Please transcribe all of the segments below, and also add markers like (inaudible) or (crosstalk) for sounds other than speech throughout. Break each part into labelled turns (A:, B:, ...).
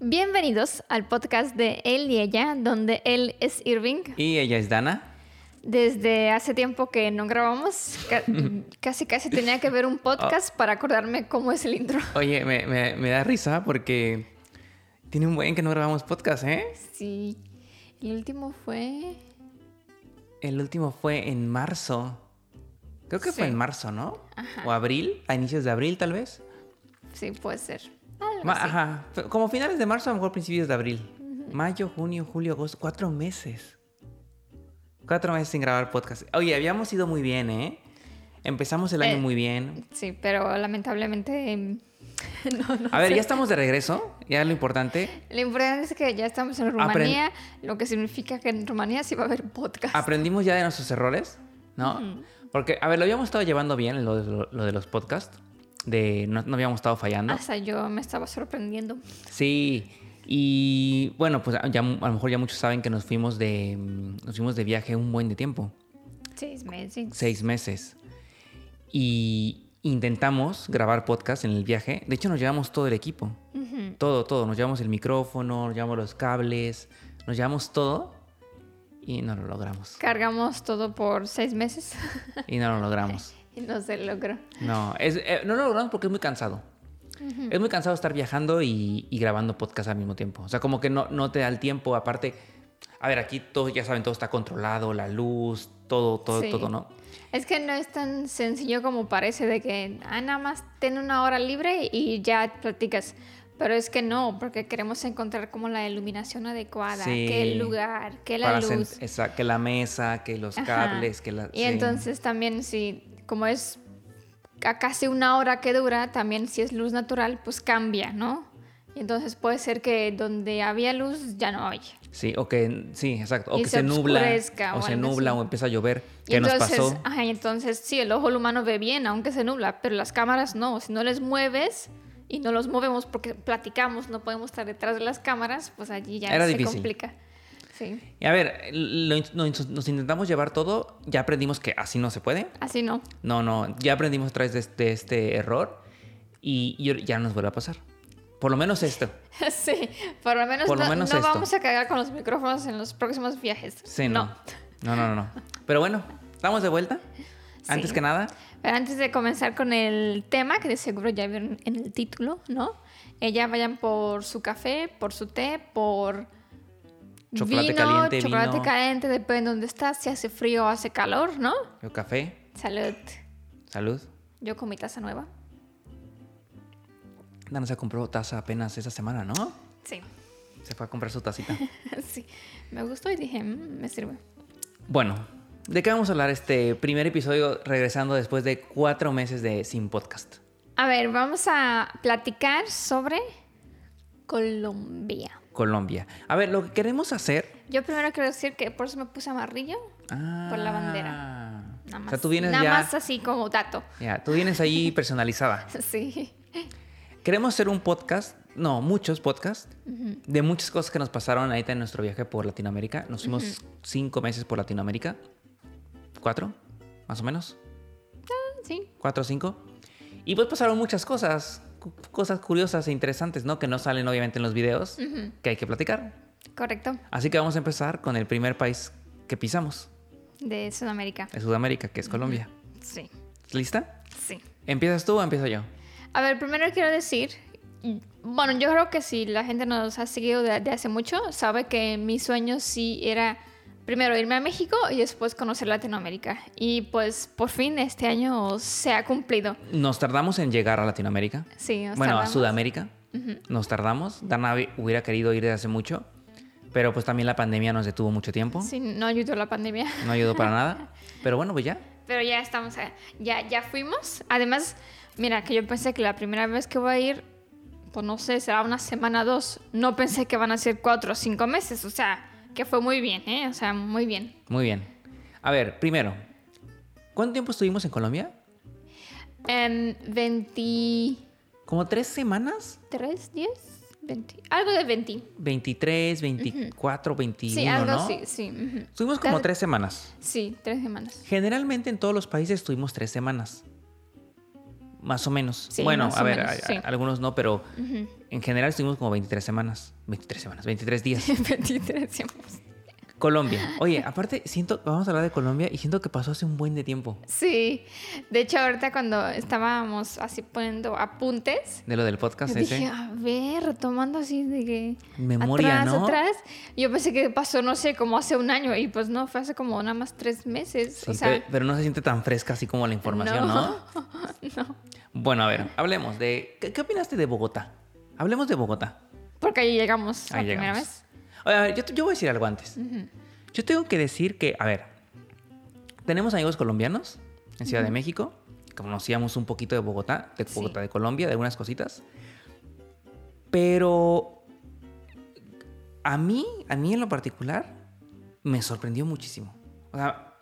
A: Bienvenidos al podcast de Él y Ella, donde él es Irving.
B: Y ella es Dana.
A: Desde hace tiempo que no grabamos,
B: (laughs)
A: ca- casi casi tenía que ver un podcast
B: Ah.
A: para acordarme cómo es el intro. (laughs)
B: Oye, me, me- me da risa porque tiene un buen que no grabamos podcast, ¿eh?
A: Sí, el último fue...
B: El último fue en marzo. Creo que fue
A: Sí.
B: en marzo, ¿no? O abril, a inicios de abril tal vez.
A: Sí, puede ser. Algo
B: Ma-
A: así.
B: Ajá, Pero como finales de marzo, a lo mejor principios de abril. Mayo, junio, julio, agosto, cuatro meses. Cuatro meses sin grabar podcast. Oye, habíamos ido muy bien, ¿eh? Empezamos el año
A: Eh,
B: muy bien.
A: Sí, pero lamentablemente... em, no, no
B: A ver,
A: sé.
B: ya estamos de regreso, ya lo importante.
A: Lo importante es que ya estamos en Rumanía, lo que significa que en Rumanía sí va a haber podcast.
B: aprendimos ya de nuestros errores, ¿no? Porque, a ver, lo habíamos estado llevando bien, lo, de- lo- lo de los podcasts, de no, no habíamos estado fallando.
A: Hasta yo me estaba sorprendiendo.
B: Sí, y bueno, pues ya, a lo mejor ya muchos saben que nos fuimos de, mm, nos fuimos de viaje un buen de tiempo,
A: Seis meses.
B: seis meses. Y intentamos grabar podcast en el viaje. De hecho, nos llevamos todo el equipo,
A: Ujú.
B: todo, todo. Nos llevamos el micrófono, nos llevamos los cables, nos llevamos todo y no lo logramos.
A: Cargamos todo por seis meses (laughs)
B: Y no lo logramos.
A: y no se logró.
B: No, es- eh, no lo logramos porque es muy cansado. Es muy cansado estar viajando y, y grabando podcast al mismo tiempo. O sea, como que no, no te da el tiempo. Aparte, a ver, aquí todos ya saben, todo está controlado, la luz, todo, todo,
A: Sí.
B: todo, ¿no?
A: Es que no es tan sencillo como parece de que ah, nada más ten una hora libre y ya platicas. Pero es que no, porque queremos encontrar como la iluminación adecuada,
B: Sí.
A: que el lugar, que la
B: Para sen-
A: luz.
B: esa- que la mesa, que los
A: Ajá.
B: cables, que la...
A: Y
B: sí.
A: entonces también si, como es a casi una hora que dura, también si es luz natural, pues cambia, ¿no? Y entonces puede ser que donde había luz ya no hay.
B: Sí, o que... Sí, exacto. O
A: Y
B: que
A: se
B: se, nubla.
A: obscurezca o
B: O se
A: algo
B: nubla
A: así.
B: o empieza a llover.
A: Y
B: ¿Qué nos
A: entonces, ah.
B: pasó?
A: ajá, y entonces sí, el ojo del humano ve bien, aunque se nubla, pero las cámaras no. Si no les mueves y no los movemos porque platicamos, no podemos estar detrás de las cámaras, pues allí ya
B: Era
A: se
B: difícil.
A: complica. Sí,
B: Y a ver, lo- nos, nos intentamos llevar todo. Ya aprendimos que así no se puede.
A: así no. (laughs)
B: No, no, ya aprendimos otra vez de, de este error y, y ya no nos vuelve a pasar. Por lo menos esto.
A: sí, por lo menos
B: Por lo
A: no,
B: menos
A: no
B: esto.
A: vamos a cagar con los micrófonos en los próximos viajes.
B: Sí, no. No, no, no. no. Pero bueno, estamos de vuelta. Antes
A: Sí.
B: que nada,
A: Pero antes de comenzar con el tema, que de seguro ya vieron en el título, ¿no? Eh, ya vayan por su café, por su té, por
B: Chocolate caliente,
A: chocolate
B: vino.
A: caliente, depende de dónde estás, si hace frío o hace calor, ¿no?
B: el café,
A: Salud.
B: salud.
A: Yo con mi taza nueva.
B: Dana se compró taza apenas esa semana, ¿no?
A: Sí, (laughs)
B: Se fue a comprar su tacita.
A: sí. Me gustó y dije, "Mm, me sirve.
B: Bueno, ¿de qué vamos a hablar este primer episodio regresando después de cuatro meses de sin podcast?
A: A ver, vamos a platicar sobre Colombia.
B: Colombia. A ver, lo que queremos hacer
A: Yo primero quiero decir que por eso me puse amarillo. Por la bandera.
B: Ah.
A: Nada más,
B: O sea, tú vienes
A: nada
B: ya-
A: más así como dato. (laughs)
B: ya, tú vienes ahí personalizada.
A: Sí.
B: Queremos hacer un podcast, no, muchos podcasts, de muchas cosas que nos pasaron ahorita en nuestro viaje por Latinoamérica. Nos fuimos cinco meses por Latinoamérica. ¿Cuatro? Más o menos.
A: Sí,
B: ¿Cuatro o cinco? Y pues pasaron muchas cosas, cu- cosas curiosas e interesantes, ¿no? Que no salen obviamente en los videos, que hay que platicar.
A: correcto.
B: Así que vamos a empezar con el primer país que pisamos,
A: De Sudamérica.
B: de Sudamérica, que es Colombia.
A: Sí,
B: ¿Lista?
A: sí.
B: ¿Empiezas tú o empiezo yo?
A: A ver, primero quiero decir, y- bueno, yo creo que si la gente nos ha seguido de, de hace mucho, sabe que mi sueño sí era primero irme a México y después conocer Latinoamérica. Y pues por fin este año se ha cumplido.
B: Nos tardamos en llegar a Latinoamérica.
A: Sí, nos
B: bueno,
A: tardamos.
B: a Sudamérica. Nos tardamos. Dana hub- hubiera querido ir desde hace mucho, pero pues también la pandemia nos detuvo mucho tiempo.
A: Sí, no ayudó la pandemia. (laughs)
B: No ayudó para nada. Pero bueno, pues ya.
A: Pero ya estamos, a- ya, ya fuimos. Además, mira, que yo pensé que la primera vez que voy a ir, pues no sé, será una semana o dos. No pensé que van a ser cuatro o cinco meses. O sea, que fue muy bien, ¿eh? O sea, muy bien.
B: Muy bien. A ver, primero, ¿cuánto tiempo estuvimos en Colombia?
A: Em, 23,
B: ¿Como tres semanas?
A: 10, 20. Algo de 20.
B: 23, 24, 21,
A: Sí, algo
B: ¿no?
A: sí, sí. ujú.
B: Estuvimos como
A: Tal-
B: tres semanas.
A: Sí, tres semanas. (laughs)
B: Generalmente en todos los países estuvimos tres semanas. más o menos.
A: Sí,
B: bueno,
A: más
B: a
A: o
B: ver,
A: menos,
B: a- a-
A: sí.
B: algunos no, pero
A: Ujú.
B: en general estuvimos como 23 semanas, 23 semanas, 23 días.
A: 23 semanas.
B: Colombia. Oye, aparte, siento, vamos a hablar de Colombia y siento que pasó hace un buen de tiempo
A: Sí. De hecho, ahorita cuando estábamos así poniendo apuntes,
B: de lo del podcast
A: yo
B: ese.
A: dije, a ver, retomando así de que.
B: Memoria,
A: atrás,
B: ¿no?
A: atrás. Yo pensé que pasó, no sé, como hace un año. Y pues no, fue hace como nada más tres meses.
B: Sí,
A: o sea,
B: pe- pero no se siente tan fresca así como la información, ¿no?
A: no.
B: Bueno, a ver, hablemos de. ¿Qué, qué opinaste de Bogotá? Hablemos de Bogotá.
A: (laughs) Porque ahí llegamos la
B: Ahí
A: primera
B: llegamos.
A: vez.
B: Oye, a ver, yo, te- yo voy a decir algo antes. Yo tengo que decir que, a ver, tenemos amigos colombianos en Ciudad de México. Conocíamos un poquito de Bogotá, de
A: Sí.
B: Bogotá, de Colombia, de algunas cositas. Pero a mí, a mí en lo particular, me sorprendió muchísimo. O sea,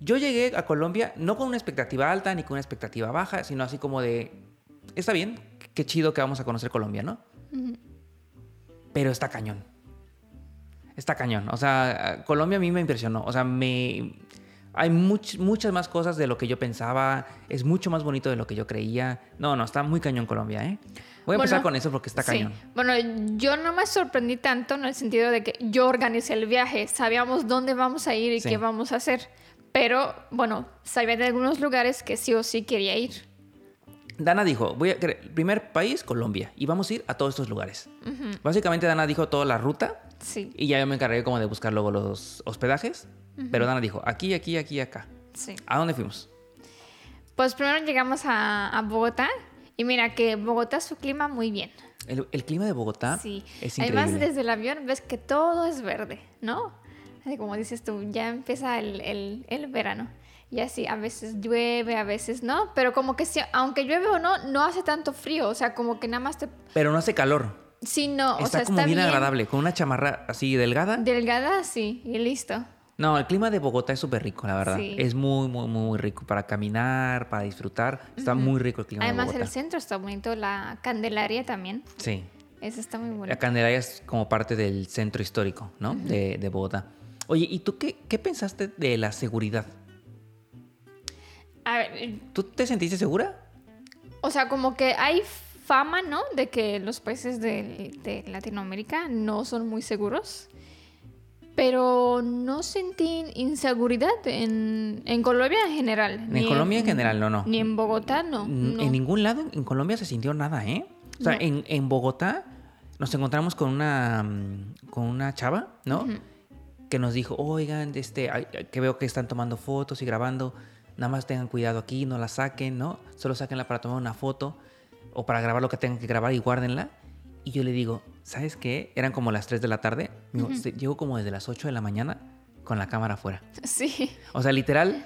B: yo llegué a Colombia no con una expectativa alta ni con una expectativa baja, sino así como de, está bien, qué chido que vamos a conocer Colombia, ¿no? Pero está cañón. Está cañón. O sea, Colombia a mí me impresionó. O sea, me... Hay much- muchas más cosas de lo que yo pensaba. Es mucho más bonito de lo que yo creía. No, no, está muy cañón Colombia, ¿eh? Voy a empezar
A: Bueno,
B: con eso porque está
A: Sí.
B: cañón.
A: Bueno, yo no me sorprendí tanto en el sentido de que yo organicé el viaje, sabíamos dónde vamos a ir y
B: Sí.
A: qué vamos a hacer, pero bueno, sabía de algunos lugares que sí o sí quería ir.
B: Dana dijo, voy a cre- primer país, Colombia, y vamos a ir a todos estos lugares. Básicamente Dana dijo toda la ruta
A: Sí,
B: y ya yo me encargué como de buscar luego los hospedajes, pero Dana dijo, aquí, aquí, aquí, acá.
A: sí.
B: ¿A dónde fuimos?
A: Pues primero llegamos a, a Bogotá y mira que Bogotá su clima muy bien.
B: El, el clima de Bogotá
A: sí.
B: es increíble.
A: Además desde el avión ves que todo es verde, ¿no? Así como dices tú, ya empieza el, el- el verano. Y así, a veces llueve, a veces no, pero como que sí, aunque llueve o no, no hace tanto frío, o sea, como que nada más te
B: Pero no hace calor.
A: Sí, no, o
B: está
A: sea,
B: como
A: está
B: bien,
A: bien,
B: agradable, con una chamarra así delgada.
A: Delgada, sí, y listo.
B: No, el clima de Bogotá es súper rico, la verdad.
A: Sí.
B: Es muy, muy, muy rico para caminar, para disfrutar. Está muy rico el clima
A: Además,
B: de Bogotá.
A: el centro está bonito, la Candelaria también.
B: Sí.
A: Esa está muy
B: La
A: bonita.
B: Candelaria es como parte del centro histórico, ¿no? de, de Bogotá. Oye, ¿y tú qué, qué pensaste de la seguridad?
A: A ver,
B: ¿Tú te sentiste segura?
A: o sea, como que hay fama, ¿no? De que los países de, de Latinoamérica no son muy seguros. Pero no sentí inseguridad en, en Colombia en general.
B: En Colombia en general, no, no.
A: Ni en Bogotá, no.
B: N-
A: no.
B: En ningún lado en Colombia se sintió nada, ¿eh? O sea,
A: No.
B: en, en Bogotá nos encontramos con una, mm, con una chava, ¿no? Que nos dijo, oigan, este, ay, ay, que veo que están tomando fotos y grabando, nada más tengan cuidado aquí, no la saquen, ¿no? Solo sáquenla para tomar una foto o para grabar lo que tengan que grabar y guárdenla. Y yo le digo, ¿sabes qué? Eran como las 3 de la tarde. Me dijo, "Se- Llego como desde las 8 de la mañana con la cámara afuera.
A: (laughs) Sí.
B: O sea, literal,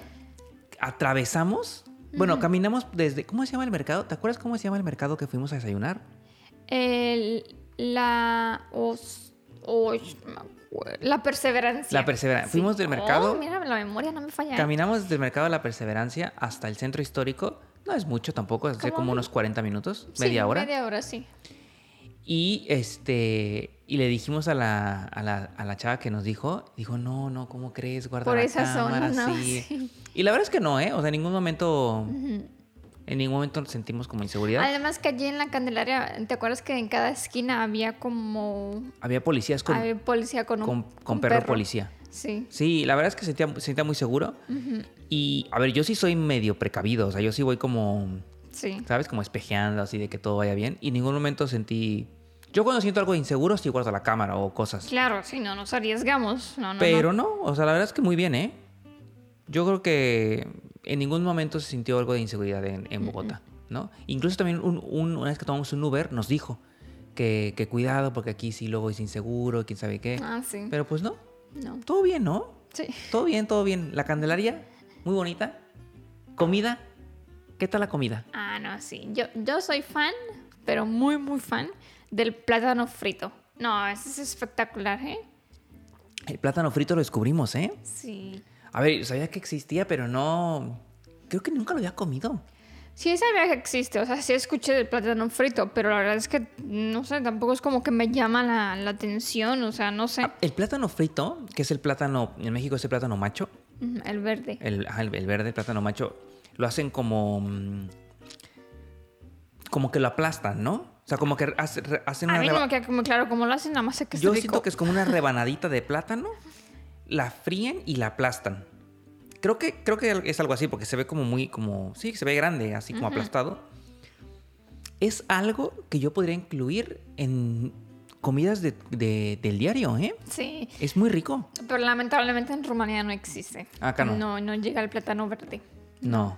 B: atravesamos. Bueno, caminamos desde. ¿Cómo se llama el mercado? ¿Te acuerdas cómo se llama el mercado que fuimos a desayunar?
A: El- la os- os- no me acuerdo. la perseverancia.
B: La Perseverancia. Fuimos del mercado.
A: Oh, mira, la memoria no me falla. ¿eh?
B: Caminamos desde el mercado de la Perseverancia hasta el centro histórico. No es mucho tampoco, es
A: Como
B: como
A: un-
B: unos 40 minutos,
A: Sí,
B: media hora.
A: Media hora, sí.
B: Y este. Y le dijimos a la, a, la, a la chava que nos dijo, dijo, no, no, ¿cómo crees? Guarda
A: Por
B: la
A: esa zona,
B: cámara,
A: no,
B: sí".
A: sí.
B: Y la verdad es que no, ¿eh? O sea, en ningún momento,
A: Mm.
B: en ningún momento nos sentimos como inseguridad.
A: Además que allí en la Candelaria, ¿te acuerdas que en cada esquina había como
B: Había policías con,
A: había policía con un
B: con, con
A: un
B: perro, policía.
A: Sí.
B: Sí, la verdad es que sentía, se sentía muy seguro. Y, a ver, yo sí soy medio precavido. O sea, yo sí voy como,
A: Sí.
B: ¿sabes? Como espejeando, así de que todo vaya bien. Y en ningún momento sentí... Yo cuando siento algo inseguro, sí guardo la cámara o cosas.
A: Claro, sí, no nos arriesgamos. No, no,
B: Pero no. o sea, la verdad es que muy bien, ¿eh? Yo creo que en ningún momento se sintió algo de inseguridad en, en Bogotá, ¿no? Incluso también un- un- una vez que tomamos un Uber nos dijo que, que cuidado porque aquí sí luego es inseguro, quién sabe qué.
A: no. Ah, sí.
B: Pero pues no,
A: No.
B: todo bien, ¿no?
A: Sí.
B: Todo bien, todo bien. La Candelaria, muy bonita. Comida, ¿qué tal la comida?
A: Ah, no, sí. Yo, yo soy fan, pero muy, muy fan del plátano frito. No, ese es espectacular, ¿eh?
B: El plátano frito lo descubrimos, ¿eh?
A: Sí.
B: A ver, sabía que existía, pero no. Creo que nunca lo había comido.
A: Sí, sabía que existe, o sea, sí escuché del plátano frito, pero la verdad es que, no sé, tampoco es como que me llama la, la atención, o sea, no sé,
B: El plátano frito, que es el plátano, en México es el plátano macho,
A: Ujú, el verde.
B: el, ajá, el- el verde, el plátano macho, lo hacen como. mm, como que lo aplastan, ¿no? O sea, como que hace- re- hacen
A: A
B: una
A: mí no
B: reba-
A: me queda como claro cómo lo hacen, nada más sé que es
B: Yo
A: rico.
B: siento que es como una rebanadita de plátano, la fríen y la aplastan. Creo que, creo que es algo así, porque se ve como muy, como, sí, se ve grande, así como aplastado. Es algo que yo podría incluir en comidas de- de- del diario, ¿eh?
A: Sí,
B: Es muy rico.
A: pero lamentablemente en Rumanía no existe.
B: Acá no.
A: No, no llega el plátano verde.
B: No.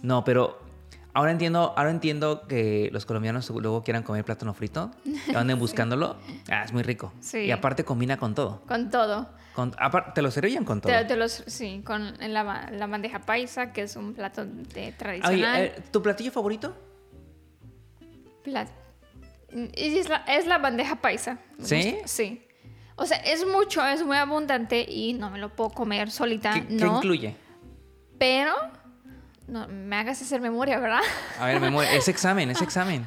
B: No, pero ahora entiendo, ahora entiendo que los colombianos luego quieran comer plátano frito,
A: (laughs)
B: que anden buscándolo. Ah, es muy rico.
A: Sí.
B: Y aparte combina con todo.
A: Con todo.
B: Con- apar- te lo servían con todo.
A: Te, te los, sí, con en la, ba- la bandeja paisa, que es un plato de-
B: Oye,
A: tradicional.
B: eh, ¿tu platillo favorito?
A: Plat- y Es la, es la bandeja paisa.
B: ¿Sí?
A: Sí. O sea, es mucho, es muy abundante y no me lo puedo comer solita,
B: ¿Qué, qué
A: no.
B: incluye?
A: pero no me hagas hacer memoria, ¿verdad? (laughs)
B: A ver, me muero. Es examen, es examen.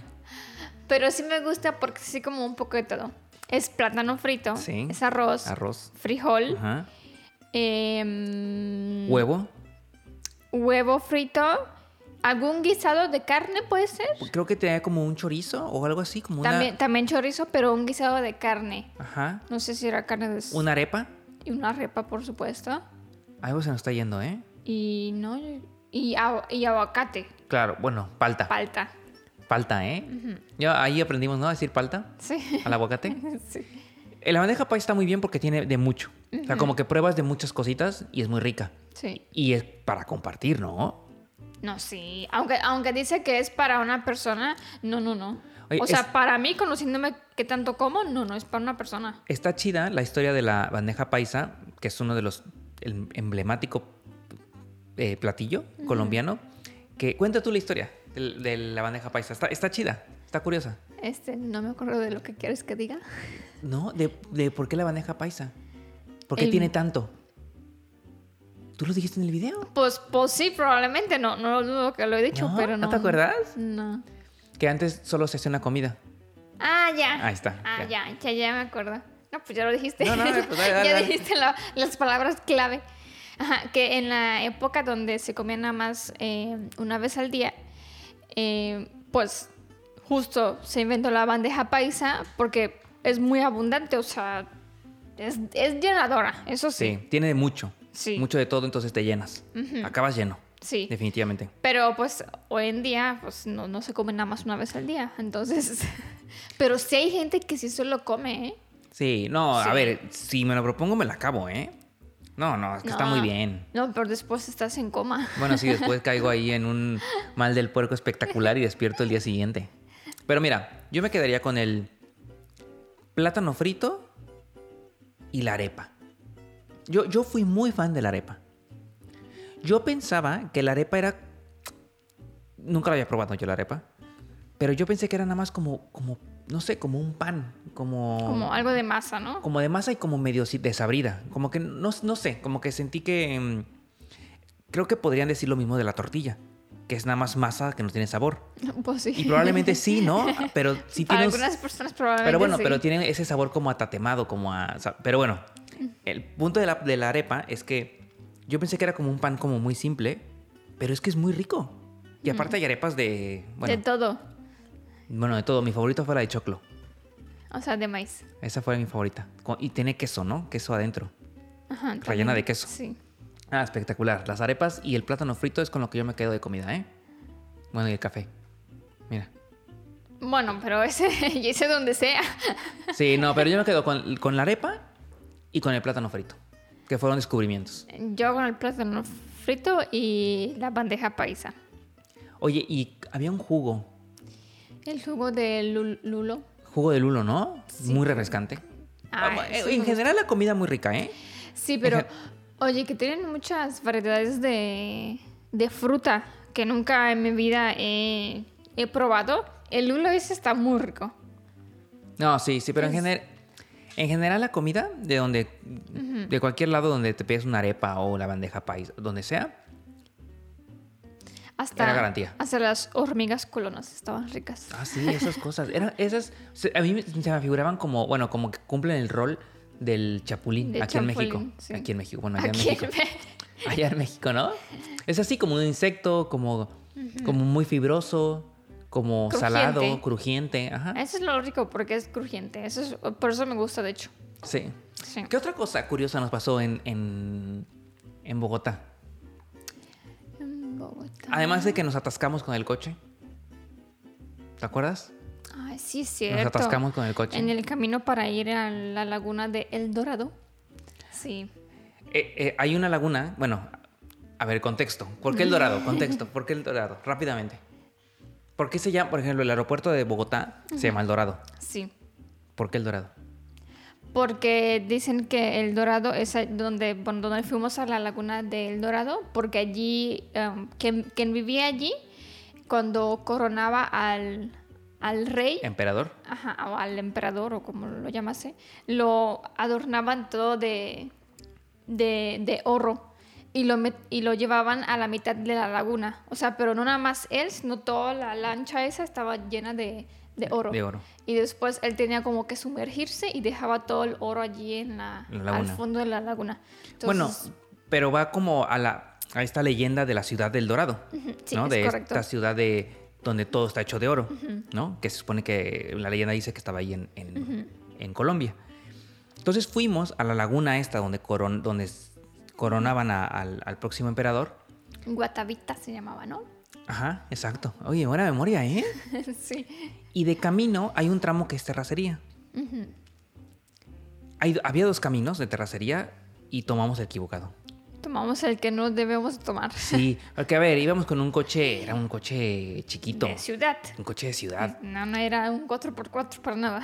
A: Pero sí me gusta porque sí como un poco de todo. Es plátano frito,
B: Sí.
A: es arroz,
B: Arroz.
A: frijol,
B: Ajá.
A: em,
B: Huevo.
A: huevo frito, algún guisado de carne puede ser.
B: Creo que te da como un chorizo o algo así, como una.
A: También, también chorizo, pero un guisado de carne.
B: Ajá.
A: No sé si era carne de...
B: Una arepa.
A: Y una repa, por supuesto.
B: Algo se nos está yendo, ¿eh?
A: Y no y, agu- y aguacate,
B: Claro, bueno, palta.
A: palta. (laughs)
B: palta, ¿eh? Ya ahí aprendimos, ¿no? A decir palta
A: Sí.
B: al aguacate.
A: (laughs) Sí.
B: Eh, La bandeja paisa está muy bien porque tiene de mucho. O sea, como que pruebas de muchas cositas y es muy rica.
A: Sí.
B: Y es para compartir, ¿no?
A: No, sí. Aunque, aunque dice que es para una persona, no, no, no.
B: Oye,
A: o
B: es-
A: sea, para mí, conociéndome qué tanto como, no, no es para una persona.
B: Está chida la historia de la bandeja paisa, que es uno de los el emblemático eh, platillo colombiano. Que cuenta tú la historia del- de, la bandeja paisa. Está, está chida, está curiosa.
A: Este, no me acuerdo de lo que quieres que diga.
B: ¿No? De, de por qué la bandeja paisa. ¿Por qué
A: El-
B: tiene tanto? ¿Tú lo dijiste en el video?
A: Pues, pues sí, probablemente no, no lo dudo que lo he dicho,
B: No,
A: pero
B: ¿no
A: no.
B: te acuerdas?
A: No.
B: Que antes solo se hacía una comida.
A: Ah, ya.
B: Ahí está,
A: Ah,
B: ya.
A: ya, ya, ya me acuerdo. No, pues ya lo dijiste.
B: No, no, pues dale,
A: (laughs)
B: dale,
A: ya
B: dale.
A: dijiste la- las palabras clave. Ajá, que en la época donde se comía nada más eh, una vez al día, eh, pues justo se inventó la bandeja paisa porque es muy abundante, o sea, es, es llenadora, eso sí.
B: Sí, tiene de mucho.
A: Sí.
B: Mucho de todo, entonces te llenas. Acabas lleno.
A: Sí.
B: Definitivamente.
A: Pero pues hoy en día pues no, no se come nada más una vez al día, entonces... (laughs) Pero sí hay gente que sí solo come, ¿eh?
B: Sí, no,
A: Sí.
B: a ver, si me lo propongo, me lo acabo, ¿eh? No, no, es que está
A: No.
B: muy bien.
A: No, pero después estás en coma.
B: Bueno, sí, después caigo ahí en un mal del puerco espectacular y despierto el día siguiente. Pero mira, yo me quedaría con el plátano frito y la arepa. Yo, yo fui muy fan de la arepa. Yo pensaba que la arepa era... Nunca la había probado yo la arepa. Pero yo pensé que era nada más como, como no sé, como un pan. Como,
A: Como algo de masa, ¿no?
B: como de masa y como medio si- desabrida. Como que no, no sé, como que sentí que. mm, creo que podrían decir lo mismo de la tortilla, que es nada más masa que no tiene sabor.
A: (laughs) Pues sí. (laughs)
B: Y probablemente sí, ¿no? Pero sí
A: Para
B: tiene. un-
A: algunas personas probablemente
B: pero bueno,
A: sí.
B: pero tiene ese sabor como atatemado, como a. o sea, pero bueno,
A: Mm.
B: el punto de la, de la arepa es que yo pensé que era como un pan como muy simple, pero es que es muy rico. Y aparte hay arepas de. Bueno,
A: Mm. De todo.
B: bueno, de todo. Mi favorito fue la de choclo.
A: O sea, de maíz.
B: Esa fue mi favorita. Con- Y tiene queso, ¿no? Queso adentro.
A: Ajá,
B: Rellena de queso.
A: Sí.
B: Ah, espectacular. Las arepas y el plátano frito es con lo que yo me quedo de comida, ¿eh? Bueno, y el café. Mira.
A: Bueno, pero ese, (laughs) y ese donde sea.
B: Sí, no, pero yo me quedo con, con la arepa y con el plátano frito, que fueron descubrimientos.
A: Yo con el plátano frito y la bandeja paisa.
B: Oye, y había un jugo,
A: El jugo de lul- lulo.
B: jugo de lulo, ¿no? Muy refrescante.
A: Ah,
B: Ah,
A: eso
B: en
A: me
B: general la comida muy rica, ¿eh?
A: Sí, pero oye, que tienen muchas variedades de, de fruta que nunca en mi vida he, he probado. El lulo ese está muy rico.
B: No, sí, sí, pero en general... En general la comida de donde, de cualquier lado donde te pides una arepa o la bandeja país, donde sea,
A: Hasta,
B: Era garantía.
A: Hasta las hormigas culonas estaban ricas.
B: Ah, sí, esas cosas. Eran, esas, se- a mí me- se me figuraban como, bueno, como que cumplen el rol del chapulín
A: Del
B: aquí en
A: chapulín,
B: México.
A: sí.
B: Aquí en México, bueno, allá en
A: Aquí
B: México. Allá en México, ¿no? Es así como un insecto, como, como muy fibroso, como
A: Crujiente. Eh.
B: salado, crujiente. Ajá.
A: Eso es lo rico porque es crujiente. Eso es, por eso me gusta, de hecho.
B: Sí.
A: Sí.
B: ¿Qué otra cosa curiosa nos pasó en, en, en Bogotá?
A: En Bogotá.
B: Además de que nos atascamos con el coche. ¿Te acuerdas?
A: Ay, sí, es cierto.
B: atascamos con el coche.
A: En el camino para ir a la laguna de El Dorado. Sí.
B: Eh, eh, hay una laguna, bueno, a ver, contexto. ¿Por qué el Dorado?
A: (laughs)
B: Contexto, ¿por qué el Dorado? Rápidamente. ¿Por qué se llama, por ejemplo, el aeropuerto de Bogotá se llama El Dorado?
A: Sí.
B: ¿Por qué el Dorado?
A: Porque dicen que El Dorado es ahí donde, bueno, donde fuimos a la laguna de El Dorado, porque allí, em, quien, quien vivía allí, cuando coronaba al, al rey,
B: ¿Emperador?
A: ajá, o al emperador o como lo llamase, lo adornaban todo de, de, de oro y lo, met- y lo llevaban a la mitad de la laguna. O sea, pero no nada más él, sino toda la lancha esa estaba llena de, de oro.
B: De oro.
A: Y después él tenía como que sumergirse y dejaba todo el oro allí en la,
B: La laguna.
A: al fondo de la laguna.
B: bueno,
A: Entonces,
B: pero va como a la a esta leyenda de la ciudad del Dorado,
A: sí,
B: ¿no?
A: es
B: de
A: correcto.
B: esta ciudad de donde todo está hecho de oro, ¿no? Que se supone que la leyenda dice que estaba ahí en, en- en Colombia. Entonces fuimos a la laguna esta donde, coron- donde s- coronaban a- al, al próximo emperador.
A: Guatavita se llamaba, ¿no? (laughs)
B: Ajá, exacto. Oye, buena memoria, ¿eh?
A: sí.
B: Y de camino hay un tramo que es terracería. Hay- había dos caminos de terracería y tomamos el equivocado.
A: Tomamos el que no debemos tomar.
B: Sí, porque a ver, íbamos con un coche, era un coche chiquito,
A: De ciudad.
B: un coche de ciudad,
A: No, no era un 4x4 para nada.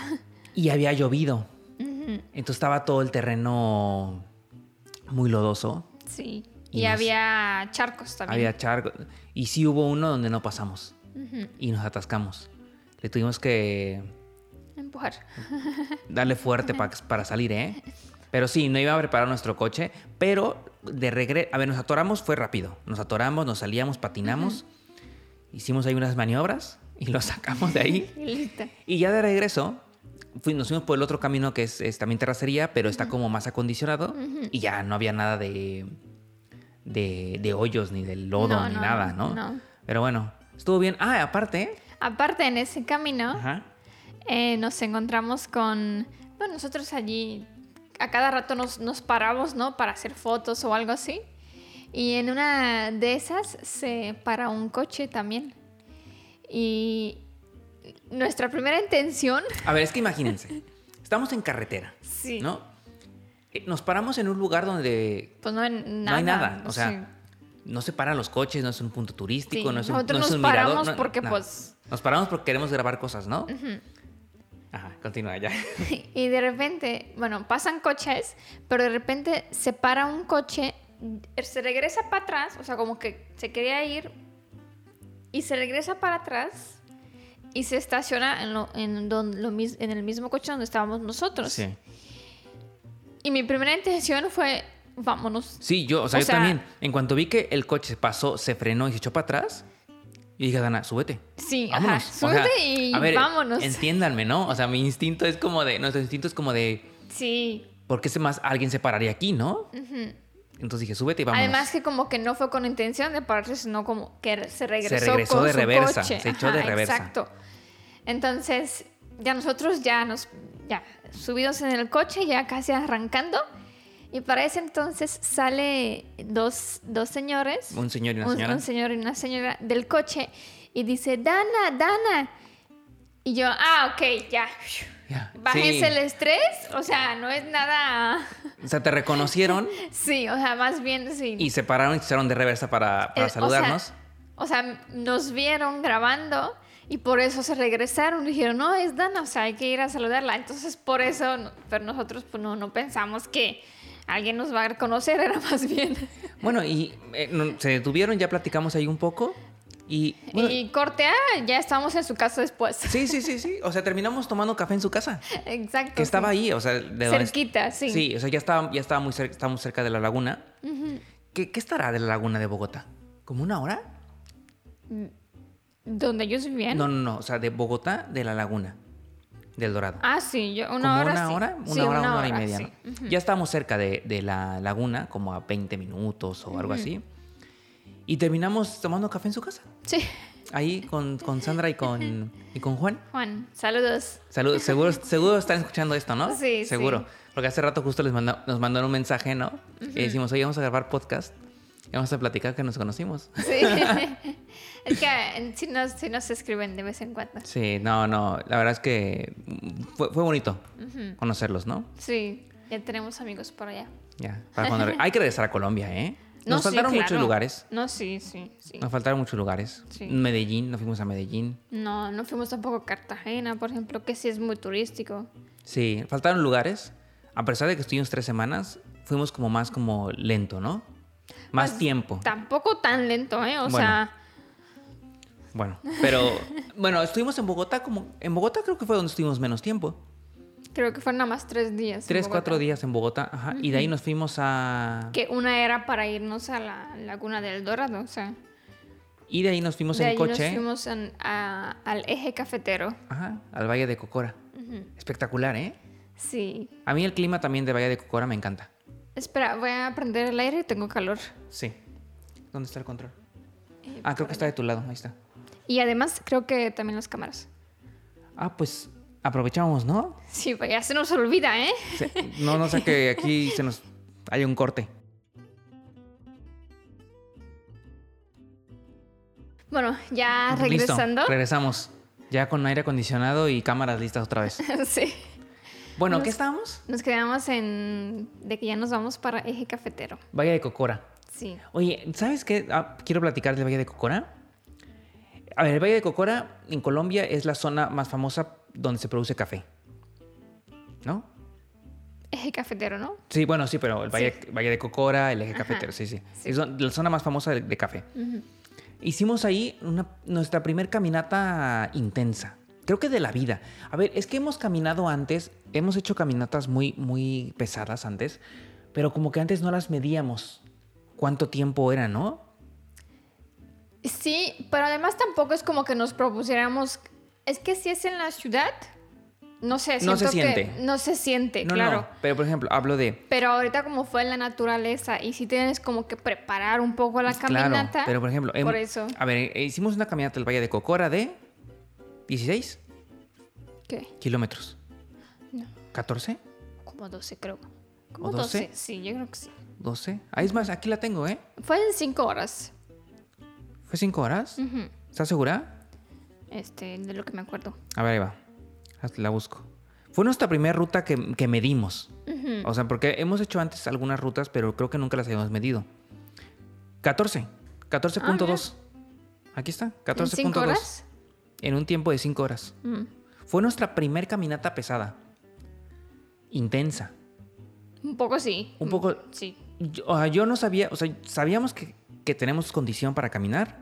B: y había llovido. Entonces estaba todo el terreno muy lodoso,
A: Sí.
B: Y
A: Y,
B: nos-
A: había charcos también.
B: había charco, y sí hubo uno donde no pasamos y nos atascamos. Le tuvimos que
A: Empujar. (laughs)
B: darle fuerte pa- para salir, ¿eh? Pero sí, no iba a preparar nuestro coche, pero de regreso, a ver, nos atoramos, fue rápido, nos atoramos, nos salíamos, patinamos, hicimos ahí unas maniobras y lo sacamos de ahí.
A: Y listo.
B: Y ya de regreso, fui- nos fuimos por el otro camino que es, es también terracería, pero está como más acondicionado y ya no había nada de, de, de hoyos, ni de lodo,
A: No,
B: ni
A: no,
B: nada, ¿no?
A: no, no.
B: Pero bueno, estuvo bien. Ah, aparte,
A: Aparte, en ese camino
B: ajá,
A: eh, nos encontramos con. Bueno, nosotros allí a cada rato nos, nos paramos, ¿no? Para hacer fotos o algo así. Y en una de esas se para un coche también. Y nuestra primera intención. (laughs)
B: a ver, es que imagínense, estamos en carretera,
A: Sí.
B: ¿no? Eh, Nos paramos en un lugar donde
A: Pues no, en
B: no hay nada, o sea,
A: sí.
B: no se paran los coches, no es un punto turístico,
A: Sí,
B: no es un,
A: nosotros
B: no es
A: nos
B: un mirador,
A: paramos
B: no-
A: porque,
B: nada.
A: pues-
B: Nos paramos porque queremos grabar cosas, ¿no? Ajá, continúa ya.
A: (laughs) Y de repente, bueno, pasan coches, pero de repente se para un coche, se regresa para atrás, o sea, como que se quería ir, y se regresa para atrás y se estaciona en, lo- en don- lo mis- en el mismo coche donde estábamos nosotros.
B: Sí.
A: Y mi primera intención fue, vámonos.
B: Sí, yo, o sea,
A: O
B: yo
A: sea-
B: también. En cuanto vi que el coche pasó, se frenó y se echó para atrás, y dije, Dana, súbete.
A: Sí,
B: Vámonos.
A: ajá,
B: O sea,
A: súbete y
B: a ver,
A: vámonos.
B: Entiéndanme, ¿no? O sea, mi instinto es como de. Nuestro instinto es como de.
A: Sí,
B: ¿Por qué se más alguien se pararía aquí, no? Entonces dije, súbete y vámonos.
A: Además que como que no fue con intención de pararse, sino como que se regresó,
B: Se regresó
A: con
B: de
A: su
B: reversa,
A: coche.
B: se echó de reversa.
A: Exacto. Entonces, ya nosotros ya nos ya subidos en el coche, ya casi arrancando y para ese entonces sale dos, dos señores,
B: un señor y una
A: un-
B: señora.
A: un señor y una señora del coche y dice, "Dana, Dana." Y yo, "Ah, ok, ya."
B: Ya,
A: Bájense
B: sí.
A: el estrés, o sea, no es nada. (laughs)
B: O sea, te reconocieron
A: Sí, o sea, más bien sí.
B: y se pararon y se echaron de reversa para, para
A: Eh, o sea,
B: saludarnos.
A: O sea, nos vieron grabando y por eso se regresaron. Dijeron, no, es Dana, o sea, hay que ir a saludarla. Entonces, por eso, no- pero nosotros pues, no, no pensamos que alguien nos va a reconocer, era (laughs) más bien.
B: Bueno, y eh, no- se detuvieron, ya platicamos ahí un poco. Y, bueno,
A: Y cortea, ya estamos en su casa después. (laughs)
B: Sí, sí, sí, sí. O sea, terminamos tomando café en su casa.
A: Exacto.
B: Que estaba
A: sí.
B: ahí, o sea, de donde-
A: Cerquita, sí.
B: Sí, o sea, ya estaba, ya estaba muy cerca, estábamos cerca de la laguna. ¿Qué, qué estará de la laguna de Bogotá? ¿Como una hora?
A: Donde ellos vivían.
B: No, no, no, o sea, de Bogotá, de la laguna, del Dorado.
A: Ah, sí, yo,
B: ¿Como
A: una hora.
B: una
A: sí.
B: hora? Una
A: Sí,
B: hora, una hora y media.
A: sí.
B: ¿no? Ya estábamos cerca de, de la laguna, como a 20 minutos o algo así. Y terminamos tomando café en su casa.
A: Sí. (laughs)
B: ahí con, con Sandra y con, y con Juan.
A: Juan, saludos.
B: Saludos, seguro, seguro están escuchando esto, ¿no?
A: Sí,
B: Seguro.
A: sí.
B: Porque hace rato justo les manda- nos mandaron un mensaje, ¿no? Y decimos, oye, vamos a grabar podcast. Y vamos a platicar que nos conocimos.
A: Sí. (laughs) es que eh, sí nos, sí nos escriben de vez en cuando.
B: Sí, no, no. La verdad es que mm, fue, fue bonito conocerlos, ¿no?
A: Sí, ya tenemos amigos por allá.
B: Ya. Para cuando re- Hay que regresar a Colombia, ¿eh? Nos
A: No, sí,
B: faltaron muchos
A: claro.
B: lugares.
A: No, sí, sí, sí.
B: Nos faltaron muchos lugares.
A: Sí.
B: Medellín, nos fuimos a Medellín.
A: No, no fuimos tampoco a Cartagena, por ejemplo, que sí es muy turístico.
B: Sí, faltaron lugares. A pesar de que estuvimos tres semanas, fuimos como más como lento, ¿no?
A: Pues,
B: Más tiempo.
A: Tampoco tan lento, ¿eh? O
B: Bueno.
A: sea,
B: Bueno, pero bueno, estuvimos en Bogotá como en Bogotá creo que fue donde estuvimos menos tiempo.
A: creo que fueron nada más tres días. en
B: Tres,
A: Bogotá.
B: cuatro días en Bogotá, ajá, y de ahí nos fuimos a
A: Que una era para irnos a la Laguna del Dorado, o sea.
B: y de ahí nos fuimos
A: de
B: en
A: ahí
B: coche,
A: nos fuimos en- a- al eje cafetero.
B: ajá, al Valle de Cocora. Espectacular, ¿eh?
A: Sí.
B: A mí el clima también de Valle de Cocora me encanta.
A: Espera, voy a prender el aire, tengo calor.
B: Sí. ¿Dónde está el control?
A: Eh,
B: Ah, creo que está de tu lado, ahí está.
A: Y además creo que también las cámaras.
B: Ah, pues aprovechamos, ¿no?
A: Sí, pues ya se nos olvida, ¿eh?
B: Se- no, no sé que aquí se nos hay un corte.
A: Bueno, ya
B: Listo,
A: Ah, regresando.
B: regresamos. Ya con aire acondicionado y cámaras listas otra vez.
A: (laughs) sí.
B: Bueno,
A: Nos-
B: ¿qué estábamos?
A: Nos quedamos en. de que ya nos vamos para eje cafetero.
B: Valle de Cocora.
A: Sí.
B: Oye, ¿sabes qué? Ah, quiero platicar del Valle de Cocora. A ver, el Valle de Cocora en Colombia es la zona más famosa donde se produce café. ¿No?
A: Eje cafetero, ¿no?
B: Sí, bueno, sí, pero el Valle, Valle de Cocora, el eje
A: Ajá,
B: cafetero, sí, sí.
A: sí.
B: Es don- la zona más famosa de, de café. Hicimos ahí una- nuestra primer caminata intensa. Creo que de la vida. A ver, es que hemos caminado antes, hemos hecho caminatas muy, muy pesadas antes, pero como que antes no las medíamos cuánto tiempo era, ¿no?
A: Sí, pero además tampoco es como que nos propusiéramos. Es que si es en la ciudad, no sé,
B: No se
A: siento que
B: siente.
A: no se siente, Eh,
B: No,
A: claro.
B: no, pero por ejemplo, hablo de...
A: Pero ahorita como fue en la naturaleza y si tienes como que preparar un poco la caminata.
B: Pues Claro, pero por ejemplo... em-
A: por eso.
B: A ver, eh, hicimos una caminata del Valle de Cocora de 16
A: ¿Qué?
B: kilómetros.
A: No.
B: 14,
A: Como 12 creo. Como
B: ¿O 12?
A: 12? Sí, yo creo que sí.
B: 12. Ahí es más, aquí la tengo, ¿eh?
A: Fue en 5 horas.
B: ¿Fue 5 horas?
A: Ujú.
B: ¿Estás segura?
A: Este, de lo que me acuerdo.
B: A ver, ahí va. Haz- La busco. Fue nuestra primera ruta que, que medimos. O sea, porque hemos hecho antes algunas rutas, pero creo que nunca las habíamos medido. 14. 14.2. Aquí está.
A: Ah, ¿En 5
B: 14.2.
A: horas?
B: En un tiempo de 5 horas.
A: Mm.
B: Fue nuestra primer caminata pesada. Intensa.
A: Un poco sí.
B: Un poco-
A: Sí.
B: Yo, o sea, yo no sabía, o sea, sabíamos que, que tenemos condición para caminar.